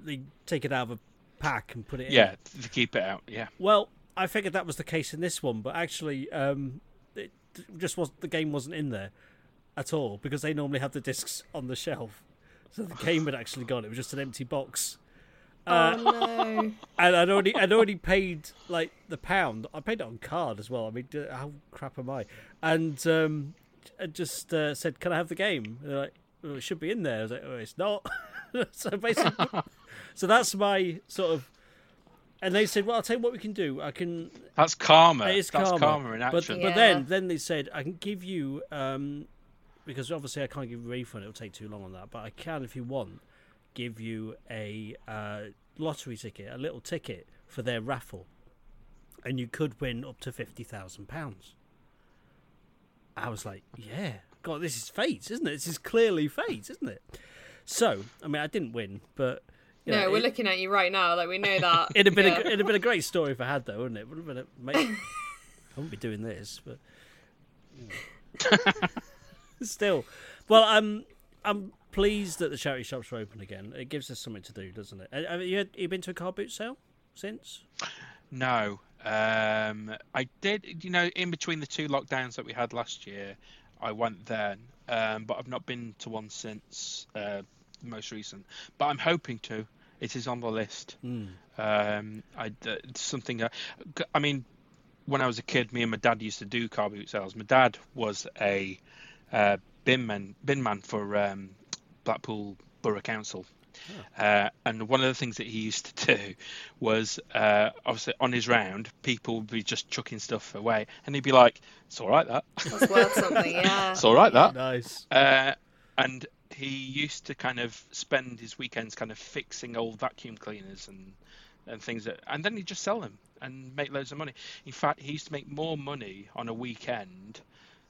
they take it out of a pack and put it in.
Yeah, to keep it out. Yeah,
Well, I figured that was the case in this one, but actually, um, it just was the game wasn't in there at all because they normally have the discs on the shelf, so the game had actually gone. It was just an empty box, Uh,
oh no.
and I'd already I'd already paid like the pound. I paid it on card as well. I mean, d- how crap am I? And um, I just uh, said, "Can I have the game?" And they're like, well, "It should be in there." I was like, "Oh, it's not." so basically, so that's my sort of. And they said, "Well, I'll tell you what we can do. I can
that's karma.
it is
that's
karma.
in
but,
action.
but
Yeah.
then then they said I can give you um, because obviously I can't give you a refund. It'll take too long on that. But I can, if you want, give you a uh, lottery ticket, a little ticket for their raffle, and you could win up to fifty thousand pounds. I was like, yeah, God, this is fate, isn't it? This is clearly fate, isn't it? So I mean, I didn't win, but. you
No,
know,
we're
it-
looking at you right now. Like we know that.
It'd have been a,
Yeah.
it'd have been a great story if I had though, wouldn't it? Would have been a, mate, I wouldn't be doing this, but still. Well, I'm I'm pleased that the charity shops are open again. It gives us something to do, doesn't it? Uh, Have you, had, you been to a car boot sale since?
No, um, I did. You know, in between the two lockdowns that we had last year, I went then, um, but I've not been to one since uh, the most recent. But I'm hoping to. It is on the list. Um, I uh, it's something. I, I mean, when I was a kid, me and my dad used to do car boot sales. My dad was a uh, bin man, bin man for um, Blackpool Borough Council. Uh, and one of the things that he used to do was uh, obviously on his round, people would be just chucking stuff away, and he'd be like, "It's all right, that.
That's worth something. Yeah.
It's all right, that."
Nice.
Uh, and he used to kind of spend his weekends kind of fixing old vacuum cleaners and and things that, and then he'd just sell them and make loads of money. In fact, he used to make more money on a weekend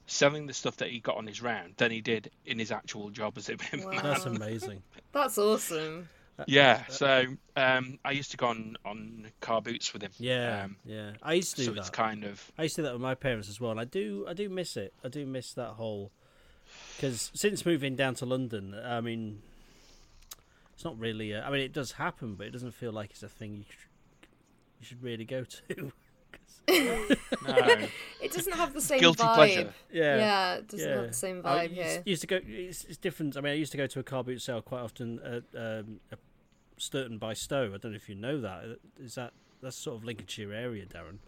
selling the stuff that he got on his round than he did in his actual job as a bin man.
That's
Wow.
amazing.
That's awesome.
Yeah, so um, I used to go on on car boots with him.
Yeah,
um,
yeah. I used to
so
do
it's
that.
kind of
I used to do that with my parents as well, and I do I do miss it. I do miss that whole because since moving down to London, I mean, it's not really. A, I mean, it does happen, but it doesn't feel like it's a thing you should, you should really go to.
no.
It doesn't have the same
Guilty
vibe.
pleasure.
Yeah.
yeah, Oh,
it doesn't have the same
I
vibe
used,
here.
used to go. It's, it's different. I mean, I used to go to a car boot sale quite often at um, at Sturton by Stow. I don't know if you know that. Is that that's sort of Lincolnshire area, Darren?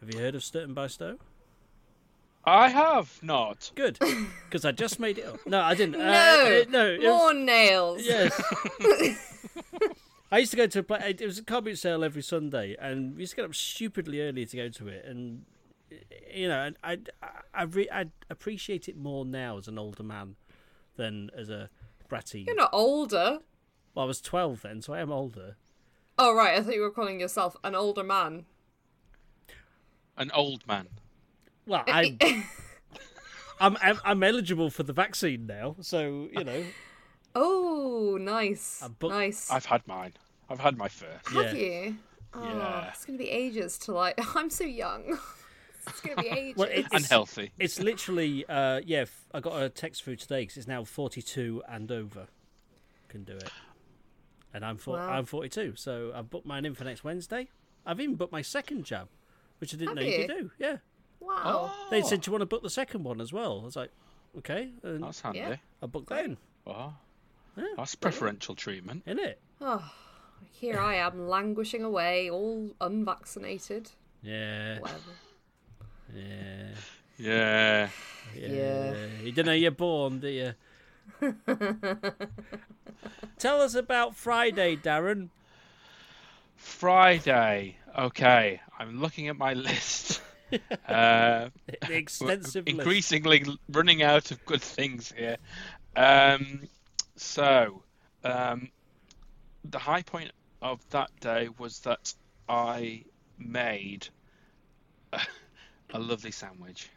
Have you heard of Sturton by Stow?
I have not.
Good, because I just made it up. No, I didn't. Uh,
No,
uh, no, it was-
more nails.
Yes. I used to go to a place. It was a car boot sale every Sunday, and we used to get up stupidly early to go to it. And you know, and I I, re, I appreciate it more now as an older man than as a bratty.
You're not older.
Well, I was twelve then, so I am older.
Oh right, I thought you were calling yourself an older man.
An old man.
Well, I. I'm, I'm I'm eligible for the vaccine now, so you know.
Oh, nice,
bu-
nice.
I've had mine. I've had my first.
Have
yeah.
you? Oh,
Yeah.
it's gonna be ages till I. I'm so young. it's gonna be ages.
Well, it- it's,
Unhealthy.
it's literally uh, yeah. f- I got a text through today because it's now forty-two and over can do it, and I'm for,
Wow.
I'm forty-two, so I've booked mine in for next Wednesday. I've even booked my second jab, which I didn't
Have
know you? could
you?
do. Yeah,
Wow.
Oh,
they said do you want to book the second one as well. I was like, okay, and
Oh, that's handy.
Yeah.
I booked that in.
Oh,
Yeah.
that's preferential treatment.
In it,
Here I am languishing away, all unvaccinated.
yeah,
Whatever.
yeah,
Yeah.
yeah.
Yeah.
You don't know you're born, do you? Tell us about Friday, Darren.
Friday. Okay, I'm looking at my list. uh,
The extensive list.
increasingly running out of good things here. Um, so, um, the high point of that day was that I made a, lovely sandwich.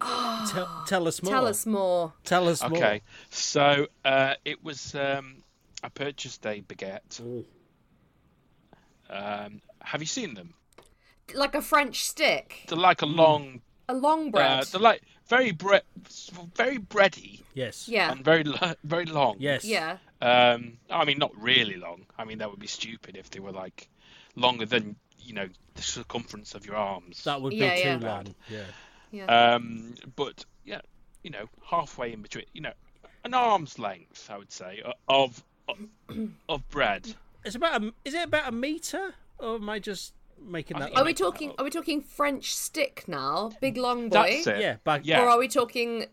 Tell, tell us more.
Tell us more.
Tell us more.
Okay, so uh, it was um, I purchased a baguette.
Ooh.
Um, have you seen them?
Like a French stick,
They're like a
Mm.
long,
a long bread.
uh, they're like very bre- very bready
Yes.
yeah,
and very lo- very long.
Yes.
yeah.
Um, I mean, not really long. I mean, that would be stupid if they were like longer than you know the circumference of your arms.
That would be
Yeah,
too
yeah.
long. Yeah.
Um, but yeah, you know, halfway in between, you know, an arm's length, I would say, o- of of, of bread.
It's about a, is it about a meter or am I just making that?
think-
up?
Are we talking? Are we talking French stick now? Big long boy.
That's it.
yeah, back.
Yeah.
Or are we talking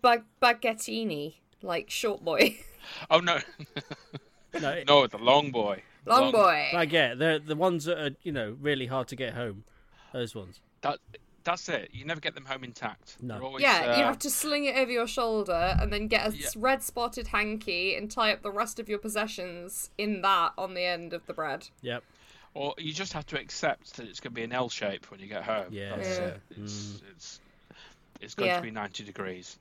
bag- baguettini, like short boy,
Oh no,
No, it-
no, the long boy.
long boy?
baguette. The the ones that are you know really hard to get home. Those ones.
That that's it. You never get them home intact.
No.
They're always,
yeah, you
uh,
have to sling it over your shoulder and then get a
Yeah.
red spotted hanky and tie up the rest of your possessions in that on the end of the bread.
Yep.
Or you just have to accept that it's going to be an L shape when you get home.
Yeah. Mm.
That's
Yeah.
it. It's, it's, it's going
Yeah.
to be 90 degrees.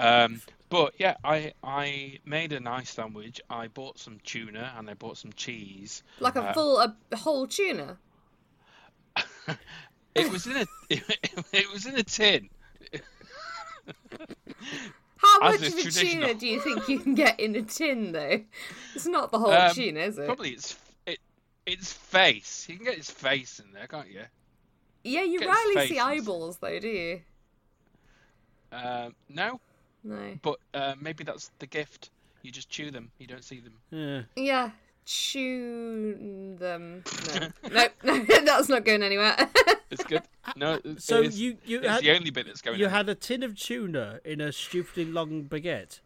Um, but yeah, I I made a nice sandwich. I bought some tuna and I bought some cheese.
Like a
Uh,
full, a whole tuna.
It was in a it was in a tin.
How
as
much
is
of a
traditional.
tuna do you think you can get in a tin, though? It's not the whole
Um,
tuna, is it?
Probably it's it its face. You can get its face in there, can't you?
yeah, you
get
rarely see
faces.
eyeballs, though, do you?
Um, no,
No.
but uh, maybe that's the gift. You just chew them. You don't see them.
Yeah.
Yeah, chew them. No, no, no that's not going anywhere.
It's good. No, it-
Uh, So
it is-
you you
it's
had,
the only bit that's going.
you
on.
had a tin of tuna in a stupidly long baguette.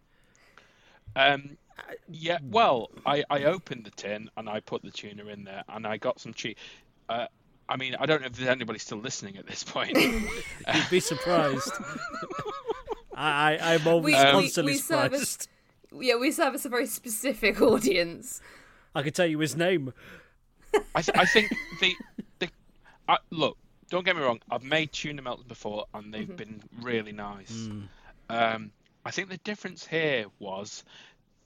Um,
Uh,
yeah, well, I, I opened the tin and I put the tuna in there and I got some cheese. Uh, I mean, I don't know if there's anybody still listening at this point.
You'd be surprised. I, I I'm always
We- we-
constantly
we
surprised.
service- yeah, we service a very specific audience.
I could tell you his name.
I, th- I think the the I, look. Don't get me wrong. I've made tuna melts before and
Mm-hmm.
they've been really nice. Um, I think the difference here was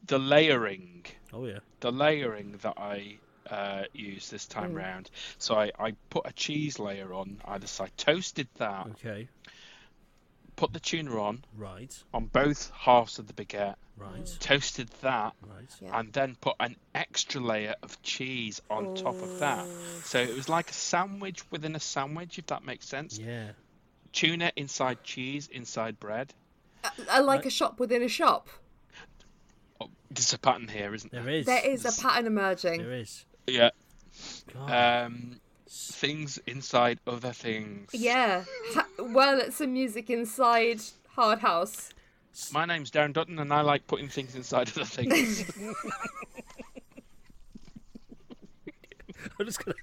the layering.
Oh yeah.
the layering that I uh, used this time round. So I, I put a cheese layer on either side, toasted that,
Okay.
put the tuna on
Right.
on both halves of the baguette,
Right.
toasted that,
Right.
Yeah.
and then put an extra layer of cheese on top of that. So it was like a sandwich within a sandwich, if that makes sense.
Yeah.
Tuna inside cheese, inside bread.
I like a shop within a shop.
Oh, there's a pattern here, isn't there?
There is.
There is a pattern
There
emerging.
is. Uh,
Yeah.
God.
Um, things inside other things.
Yeah. Ha- well, it's some music inside Hard House.
My name's Darren Dutton, and I like putting things inside other things.
I'm just gonna.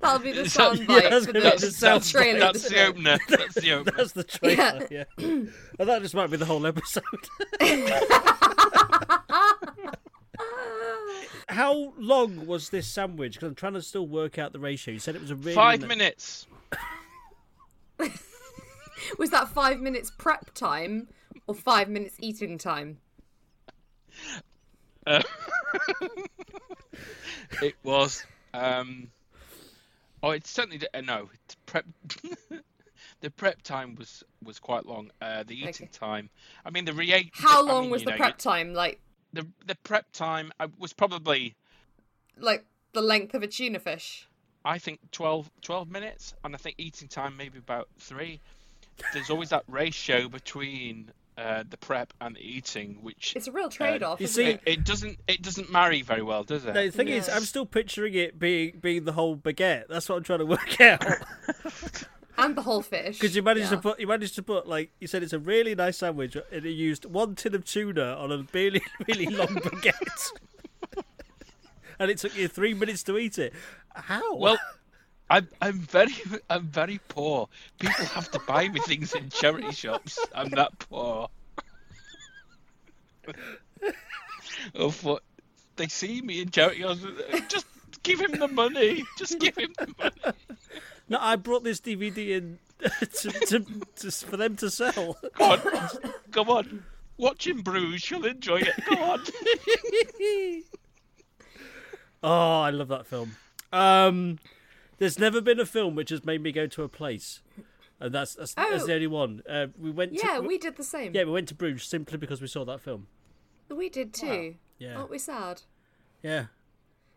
That'll be the
So-
soundbite
yeah, that's
for
gonna be the
the,
sound
the trailer.
That's the
isn't it?
opener. That's the opener.
That's the trailer. Yeah. and that just might be the whole episode. How long was this sandwich? Because I'm trying to still work out the ratio. You said it was a really
Five
ni-
minutes.
Was that five minutes prep time or five minutes eating time?
Uh, It was. Um, oh, it's certainly uh, no it's prep. the prep time was was quite long. Uh, the
Okay.
eating time. I mean, the re.
How
I
long
mean,
was
you
the
know,
prep time? Like,
you- The the prep time uh, was probably
like the length of a tuna fish.
I think 12, 12 minutes, and I think eating time maybe about three. There's always that ratio between uh, the prep and the eating, which
It's a real trade-off.
you
isn't
see-
it?
it, it doesn't it doesn't marry very well, does it?
No, the thing is,
Yeah.
I'm still picturing it being being the whole baguette. That's what I'm trying to work out.
and the whole fish.
Because you managed to
Yeah.
put you managed to put like you said it's a really nice sandwich, and you used one tin of tuna on a really really long baguette. and it took you three minutes to eat it. How?
Well, I'm I'm very I'm very poor. People have to buy me things in charity shops. I'm that poor. oh, for, they see me in charity shops. Just give him the money. Just give him the money.
no, I brought this DVD in to, to, to, for them to sell.
Go on, go on. Watch in Bruges. You'll enjoy it. Go on.
Oh, I love that film. Um, there's never been a film which has made me go to a place, and that's that's, that's
Oh.
the only one. Uh, we went.
Yeah,
to,
we did the same.
yeah we went to Bruges simply because we saw that film.
We did too.
Yeah,
Aren't we sad?
yeah.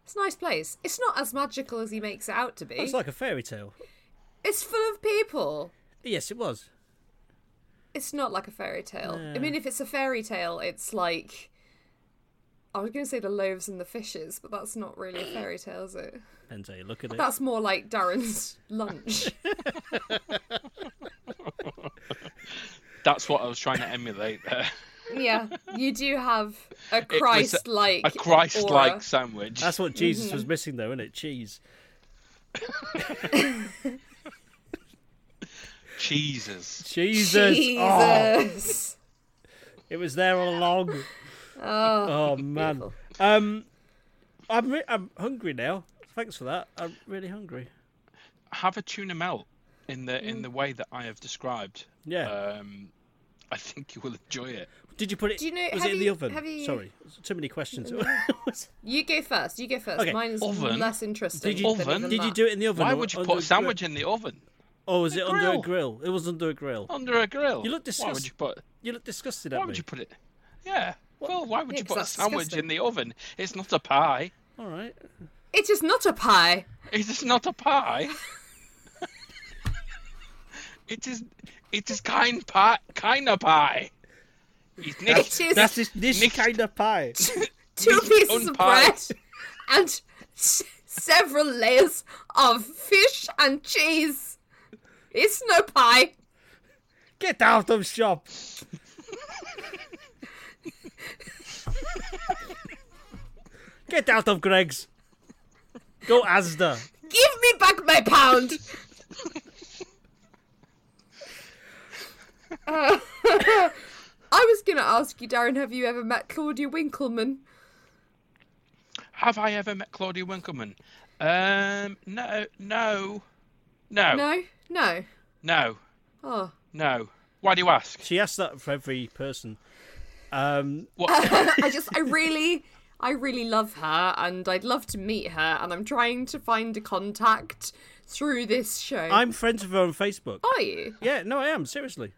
It's a nice place. It's not as magical as he makes it out to be.
It's like a fairy tale.
It's full of people.
Yes, it was.
It's not like a fairy tale. I mean, if it's a fairy tale, it's like. I was going to say the loaves and the fishes, but that's not really a fairy tale, is it?
Depends how you look at it.
That's more like Darren's lunch.
That's what I was trying to emulate there.
yeah, you do have a
It was
Christ like.
a Christ-like sandwich.
That's what Jesus
Mm-hmm.
was missing, though, isn't it? Cheese.
Jesus.
Jesus. Oh,
Jesus.
it was there all along.
Oh,
Oh man.
Beautiful.
Um, I'm re- I'm hungry now. Thanks for that. I'm really hungry.
Have a tuna melt in the
Mm.
in the way that I have described.
Yeah.
Um, I think you will enjoy it.
Did you put it?
Do you know-
was
have
it in the
you-
oven?
have you-
Sorry, too many questions.
You go first. You go first.
Okay.
Mine is
Oven?
less interesting.
Did you,
than
Oven?
even
did you
that.
do it in the oven?
Why
or
would you
under
put a
grill?
sandwich in the oven?
Or was
A
it under a
grill.
grill? It was under a grill.
Under a grill.
You look
Why would
disgust-
you put?
You look disgusted at
Why
me.
would you put it? Yeah. Well, why would
Yeah,
you
'cause
put a
that's
sandwich
disgusting.
in the oven? It's not a pie.
All right.
It is not a pie.
It is not a pie. it is. It is kind pie. Kind of pie. It's
It
nicked.
is
That's this, this
Mixed-
kind of pie.
two pieces
own
of
pie.
bread and s- several layers of fish and cheese. It's no pie.
Get out of shop. Get out of Greg's. Go Asda.
Give me back my pound. Uh, I was going to ask you, Darren, have you ever met Claudia Winkleman?
Have I ever met Claudia Winkleman? Um, no, no, no, no,
No? No.
no,
Oh.
Why do you ask?
She asks that for every person. Um,
I just, I really, I really love her, and I'd love to meet her, and I'm trying to find a contact through this show.
I'm friends with her on Facebook.
Are you?
Yeah, no, I am seriously.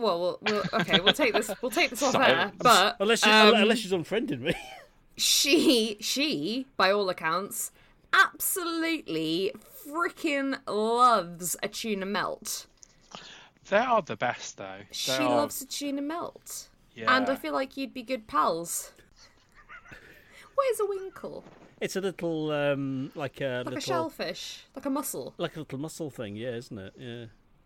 Well, well, well, okay, we'll take this. We'll take this off air.
Silence.
But
Unless she,
um,
unless she's unfriended me.
she, she, by all accounts, absolutely freaking loves a tuna melt.
They are the best, though. They
She
are-
loves a tuna melt,
Yeah.
and I feel like you'd be good pals. Where's a winkle?
it's a little, um, like a
Like
little,
a shellfish, like a mussel.
like a little mussel thing. Yeah, isn't it? Yeah.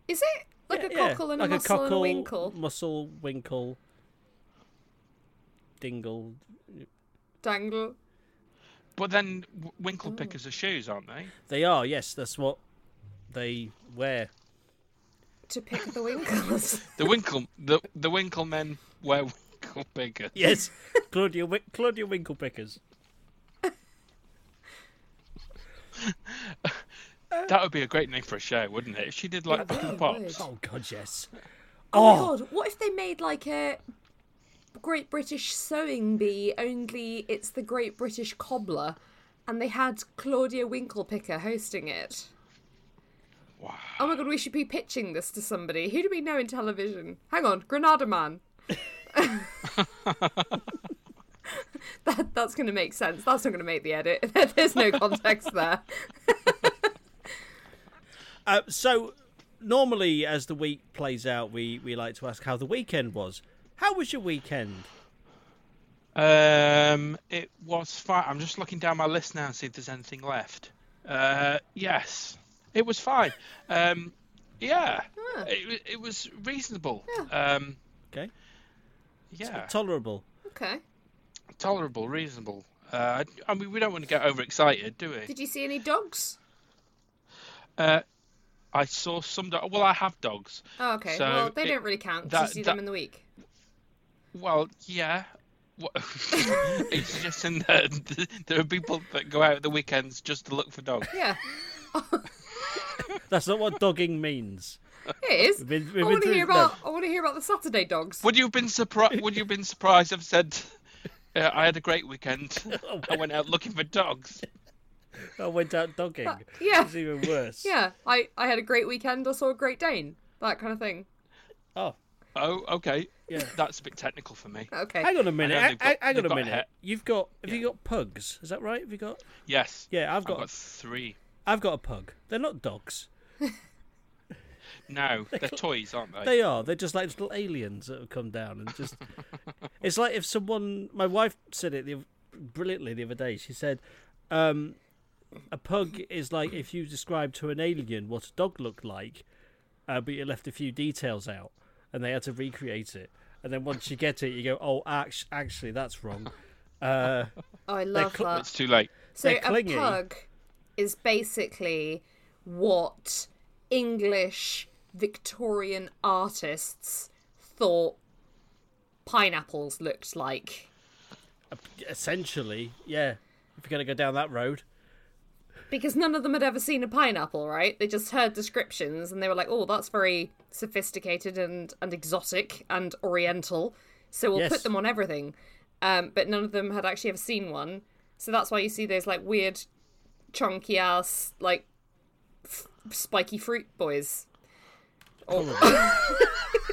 Is it like a
Yeah,
cockle and
like
a mussel and a
cockle,
winkle?
Mussel, winkle, dingle.
Dangle.
But then w- Winkle
Oh.
pickers are shoes, aren't they?
They are. Yes, that's what they wear.
To pick the winkles.
The Winkle, the the Winkle men wear Winkle pickers.
Yes, Claudia, Wi- Claudia Winkle pickers.
That would be a great name for a show, wouldn't it? If she did like pick and pops.
Oh God, yes.
Oh, my god, what if they made like a Great British Sewing Bee, only it's the Great British Cobbler, and they had Claudia Winklepicker hosting it?
Wow.
Oh my god, we should be pitching this to somebody. Who do we know in television? Hang on, Granada Man. that, that's going to make sense. That's not going to make the edit. There's no context there.
Uh, so, normally, as the week plays out, we we like to ask how the weekend was. How was your weekend?
Um, it was fine. I'm just looking down my list now and see if there's anything left. Uh, yes, it was fine. Um, yeah, it, wa- it was reasonable. Um,
Okay,
yeah,
tolerable.
Okay.
tolerable, reasonable. Uh, I mean, we don't want to get overexcited, do we?
Did you see any dogs?
Uh, I saw some. Do- well, I have dogs.
Oh, okay.
So
well, they
it-
don't really count. 'cause
that-
you see
that-
them in the week.
Well, yeah. Wha- it's just in that there are people that go out at the weekends just to look for dogs.
Yeah,
That's not what dogging means.
it is.
been- we've
I
been
want to
through-
hear
no.
about. I want to hear about the Saturday dogs.
Would you have been surprised? Would you have been surprised? if I've said, uh, I had a great weekend.
Oh,
I went out looking for dogs.
I went out dogging.
yeah.
It's even worse.
Yeah, I I had a great weekend. I saw a Great Dane. That kind of thing.
Oh,
Oh, okay.
Yeah.
That's a bit technical for me.
Okay.
hang on a minute.
I know they've
I- I-
got-
Hang on
they've
a
got
minute.
hair.
You've got. Have you got pugs? Is that right? Have you got?
Yes.
Yeah, I've
I've
got.
got three.
I've got a pug. They're not dogs.
No, they're toys, aren't they?
They are. They're just like little aliens that have come down and just. it's like if someone. My wife said it the, brilliantly the other day. She said, um, "A pug is like if you describe to an alien what a dog looked like, uh, but you left a few details out, and they had to recreate it. And then once you get it, you go, oh, act- actually, that's wrong. Uh,
Oh, I love
cl-
that.
It's too late.
So
They're
a
clingy.
pug is basically what English Victorian artists thought pineapples looked like.
essentially, yeah. If you're gonna go down that road,
Because none of them had ever seen a pineapple, right? They just heard descriptions and they were like, oh, that's very sophisticated and, and exotic and oriental. So we'll
Yes.
put them on everything. Um, but none of them had actually ever seen one. So that's why you see those like weird, chunky ass, like f- spiky fruit boys.
Oh,
Or,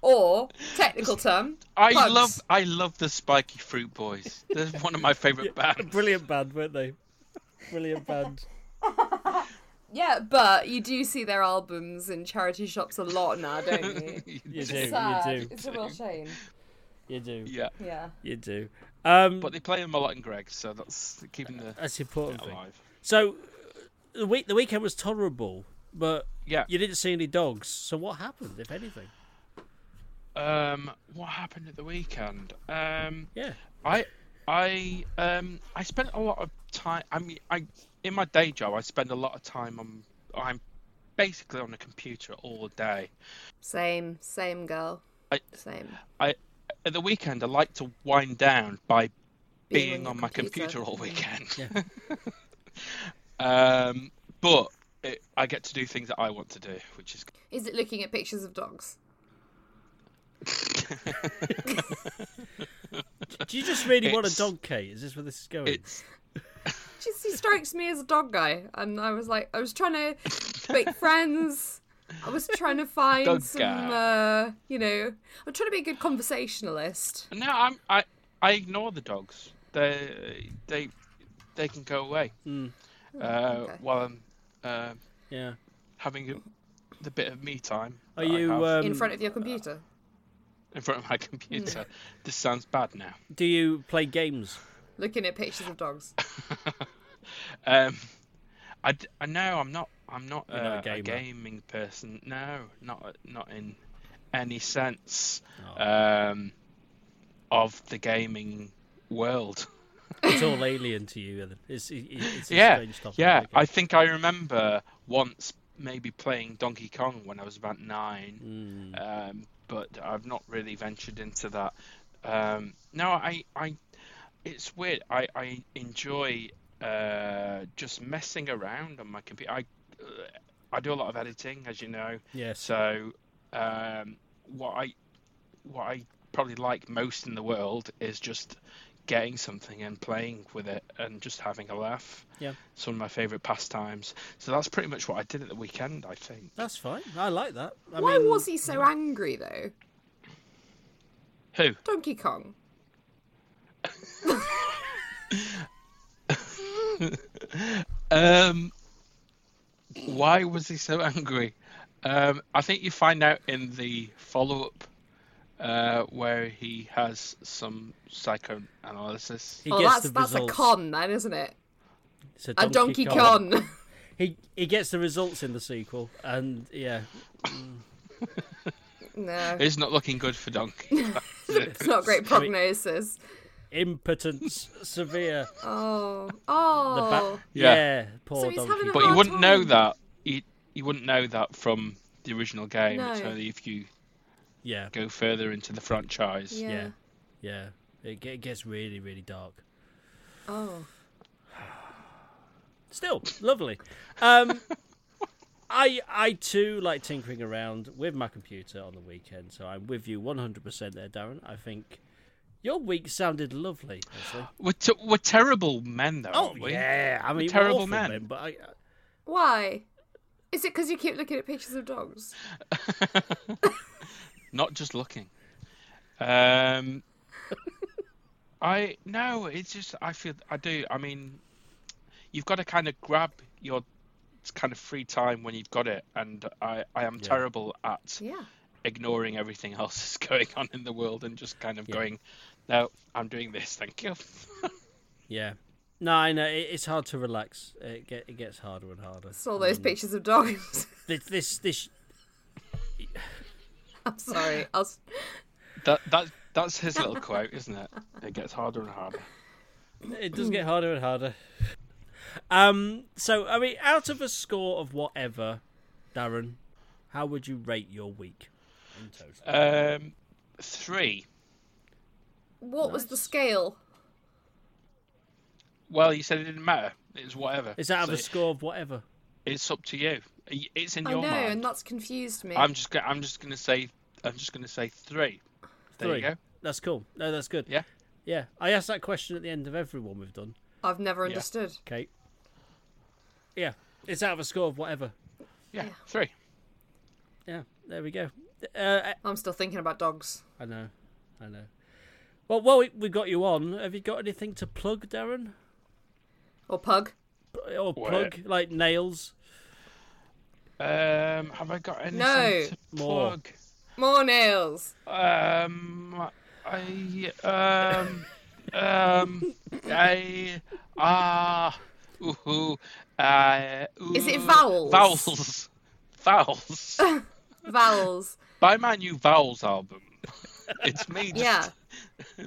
or technical term.
I
pugs.
love I love the Spiky Fruit Boys. They're one of my favourite bands.
brilliant band, weren't they? Brilliant band.
Yeah, but you do see their albums in charity shops a lot now, don't you?
You do, you
Sad.
do,
It's a real shame.
you do,
Yeah,
Yeah.
you do. Um,
but they play them a lot in Greg's, so that's keeping the
that's the important thing.
alive.
So uh, the week the weekend was tolerable, but
Yeah.
you didn't see any dogs. So what happened, if anything?
Um, what happened at the weekend? Um,
Yeah,
I I um I spent a lot of time. I mean, I in my day job, I spend a lot of time on. I'm basically on a computer all day.
Same, same girl.
I-
Same.
I at the weekend, I like to wind down by being,
your
on, my
computer.
computer all weekend. um, but it, I get to do things that I want to do, which is
Is it looking at pictures of dogs?
do you just really want a
Uh, It's-
dog, Kate? Is this where this is going?
it's
Just he strikes me as a dog guy, and I was like, I was trying to make friends. I was trying to find
Dog
some,
guy.
uh, you know, I'm trying to be a good conversationalist.
no. I'm I I ignore the dogs. They they they can go away uh,
okay.
while I'm uh,
yeah.
having a, the bit of me time.
Are
that I
you
have
um,
in front of your computer.
in front of my computer? this sounds bad now.
Do you play games?
Looking at pictures of dogs.
Um, I, d- I know I'm not I'm not,
You're not a
uh,
gamer.
a gaming person. No, not not in any sense
Oh.
um, of the gaming world.
It's all alien to you. Then. It's, it- it's a
yeah,
strange topic.
yeah.
okay.
I think I remember once maybe playing Donkey Kong when I was about nine,
Mm.
um, but I've not really ventured into that. Um, no, I, I, it's weird. I, I enjoy uh, just messing around on my computer. I, uh, I do a lot of editing, as you know.
Yes.
So, um, what I, what I probably like most in the world is just getting something and playing with it and just having a laugh.
Yeah.
Some of my favorite pastimes. So that's pretty much what I did at the weekend, I think.
That's fine. I like that. I
Why
mean,
was he so angry though?
Who?
Donkey Kong.
Um, why was he so angry? Um, I think you find out in the follow-up uh, where he has some psychoanalysis.
he
Oh,
gets
that's
the
that's a
results?
con then, isn't it?
It's a
A Donkey, Kong.
He he gets the results in the sequel, and yeah,
no.
It's not looking good for Donkey.
it's not great prognosis.
Impotence severe.
Oh,
The
oh.
ba- yeah.
Yeah.
poor
So he's
donkey.
having a
But you
hard
wouldn't know
time.
that. You, you wouldn't know that from the original game. It's
No.
only if you
Yeah,
go further into the franchise.
yeah.
yeah, yeah. It, ge- it gets really, really dark.
Oh.
Still lovely. Um, I I too like tinkering around with my computer on the weekend, so I'm with you 100% there, Darren. I think your week sounded lovely. Actually.
We're, t- we're terrible men, though,
Oh
aren't we?
yeah, I mean we're
terrible
awful
men.
men, but I, uh,
Why? Is it because you keep looking at pictures of dogs?
Not just looking. Um, I no, it's just I feel I do. I mean, you've got to kind of grab your kind of free time when you've got it, and I I am terrible at
Yeah.
ignoring everything else that's going on in the world and just kind of going, no, I'm doing this, thank you.
yeah. No, I know it, it's hard to relax. It, get, it gets harder and harder.
It's all those pictures of dogs.
This this, this
I'm sorry. I'll... s-
that that that's his little quote, isn't it? It gets harder and harder.
it does get harder and harder. Um. So I mean, out of a score of whatever, Darren, how would you rate your week in total?
Um, three.
What was the scale?
Well, you said it didn't matter. It's whatever.
Is that out of
So
a score of whatever?
It's up to you. It's in
I
your
know,
mind.
and that's confused me.
I'm just. go- I'm just gonna say. I'm just gonna say three. There
Three.
you go.
That's cool. No, that's good.
Yeah.
Yeah. I asked that question at the end of every one we've done.
I've never understood.
Kate. Yeah. It's out of a score of whatever.
Yeah, three.
Yeah. There we go. Uh,
I'm still thinking about dogs.
I know, I know. Well, well, we, we got you on. Have you got anything to plug, Darren,
Or pug.
or
Well-
plug like nails?
Um, have I got anything
No.
to
More.
plug?
More nails.
Um, I um um I ah ooh uh,
Is it
ooh,
vowels?
Vowels, vowels.
Vowels.
Buy my new vowels album. It's me just
Yeah.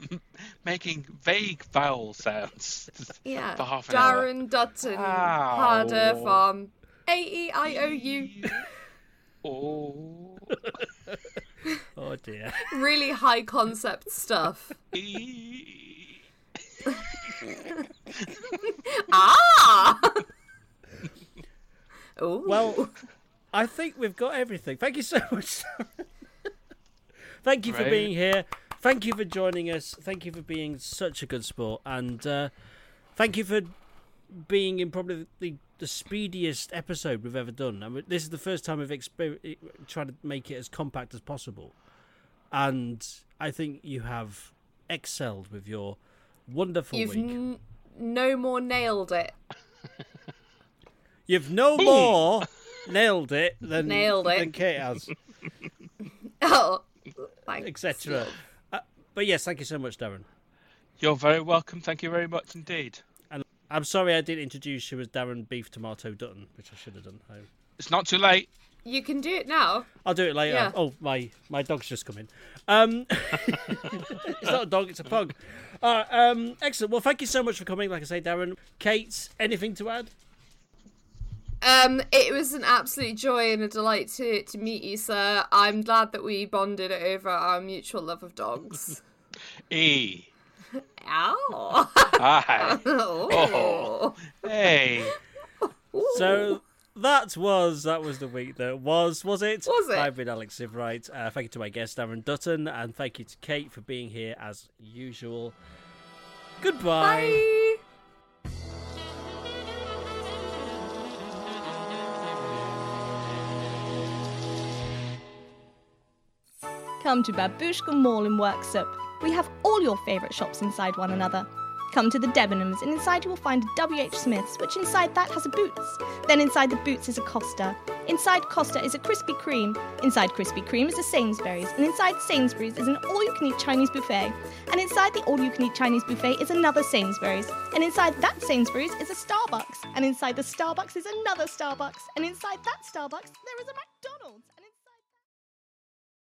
making vague vowel sounds.
Yeah.
For half an hour.
Darren Dutton.
Ow.
Harder Farm. A E I O U.
Oh.
Oh dear.
Really high concept stuff.
ee.
ah! Ooh.
Well, I think we've got everything. Thank you so much. Darren. Thank you for
Right.
being here. Thank you for joining us. Thank you for being such a good sport, and uh, thank you for being in probably the, the speediest episode we've ever done. I mean, this is the first time we've exper- tried to make it as compact as possible, and I think you have excelled with your wonderful
You've
week.
n- no more nailed it.
You've no more nailed it than
Nailed it.
than Kate has.
Oh. Thanks.
etc. Uh, but yes, thank you so much, Darren.
You're very welcome. Thank you very much indeed.
I'm sorry I didn't introduce you as Darren Beef Tomato Dutton, which I should have done. I,
It's not too late.
You can do it now.
I'll do it later.
Yeah.
Oh, my my dog's just come in. Um, it's not a dog, it's a pug. All right, um, excellent. Well, thank you so much for coming. Like I say, Darren, Kate, anything to add?
Um, it was an absolute joy and a delight to, to meet you, sir. I'm glad that we bonded over our mutual love of dogs.
E.
Ow!
Hi.
oh.
hey.
So that was that was the week that was was it?
Was it?
I've been Alex Sivright. Uh, thank you to my guest Darren Dutton, and thank you to Kate for being here as usual. Goodbye.
Bye.
Come to Babushka Mall in Worksop. We have all your favourite shops inside one another. Come to the Debenhams, and inside you will find a WH Smith's, which inside that has a Boots. Then inside the Boots is a Costa. Inside Costa is a Krispy Kreme. Inside Krispy Kreme is a Sainsbury's. And inside Sainsbury's is an all you can eat Chinese buffet. And inside the all you can eat Chinese buffet is another Sainsbury's. And inside that Sainsbury's is a Starbucks. And inside the Starbucks is another Starbucks. And inside that Starbucks, there is a McDonald's.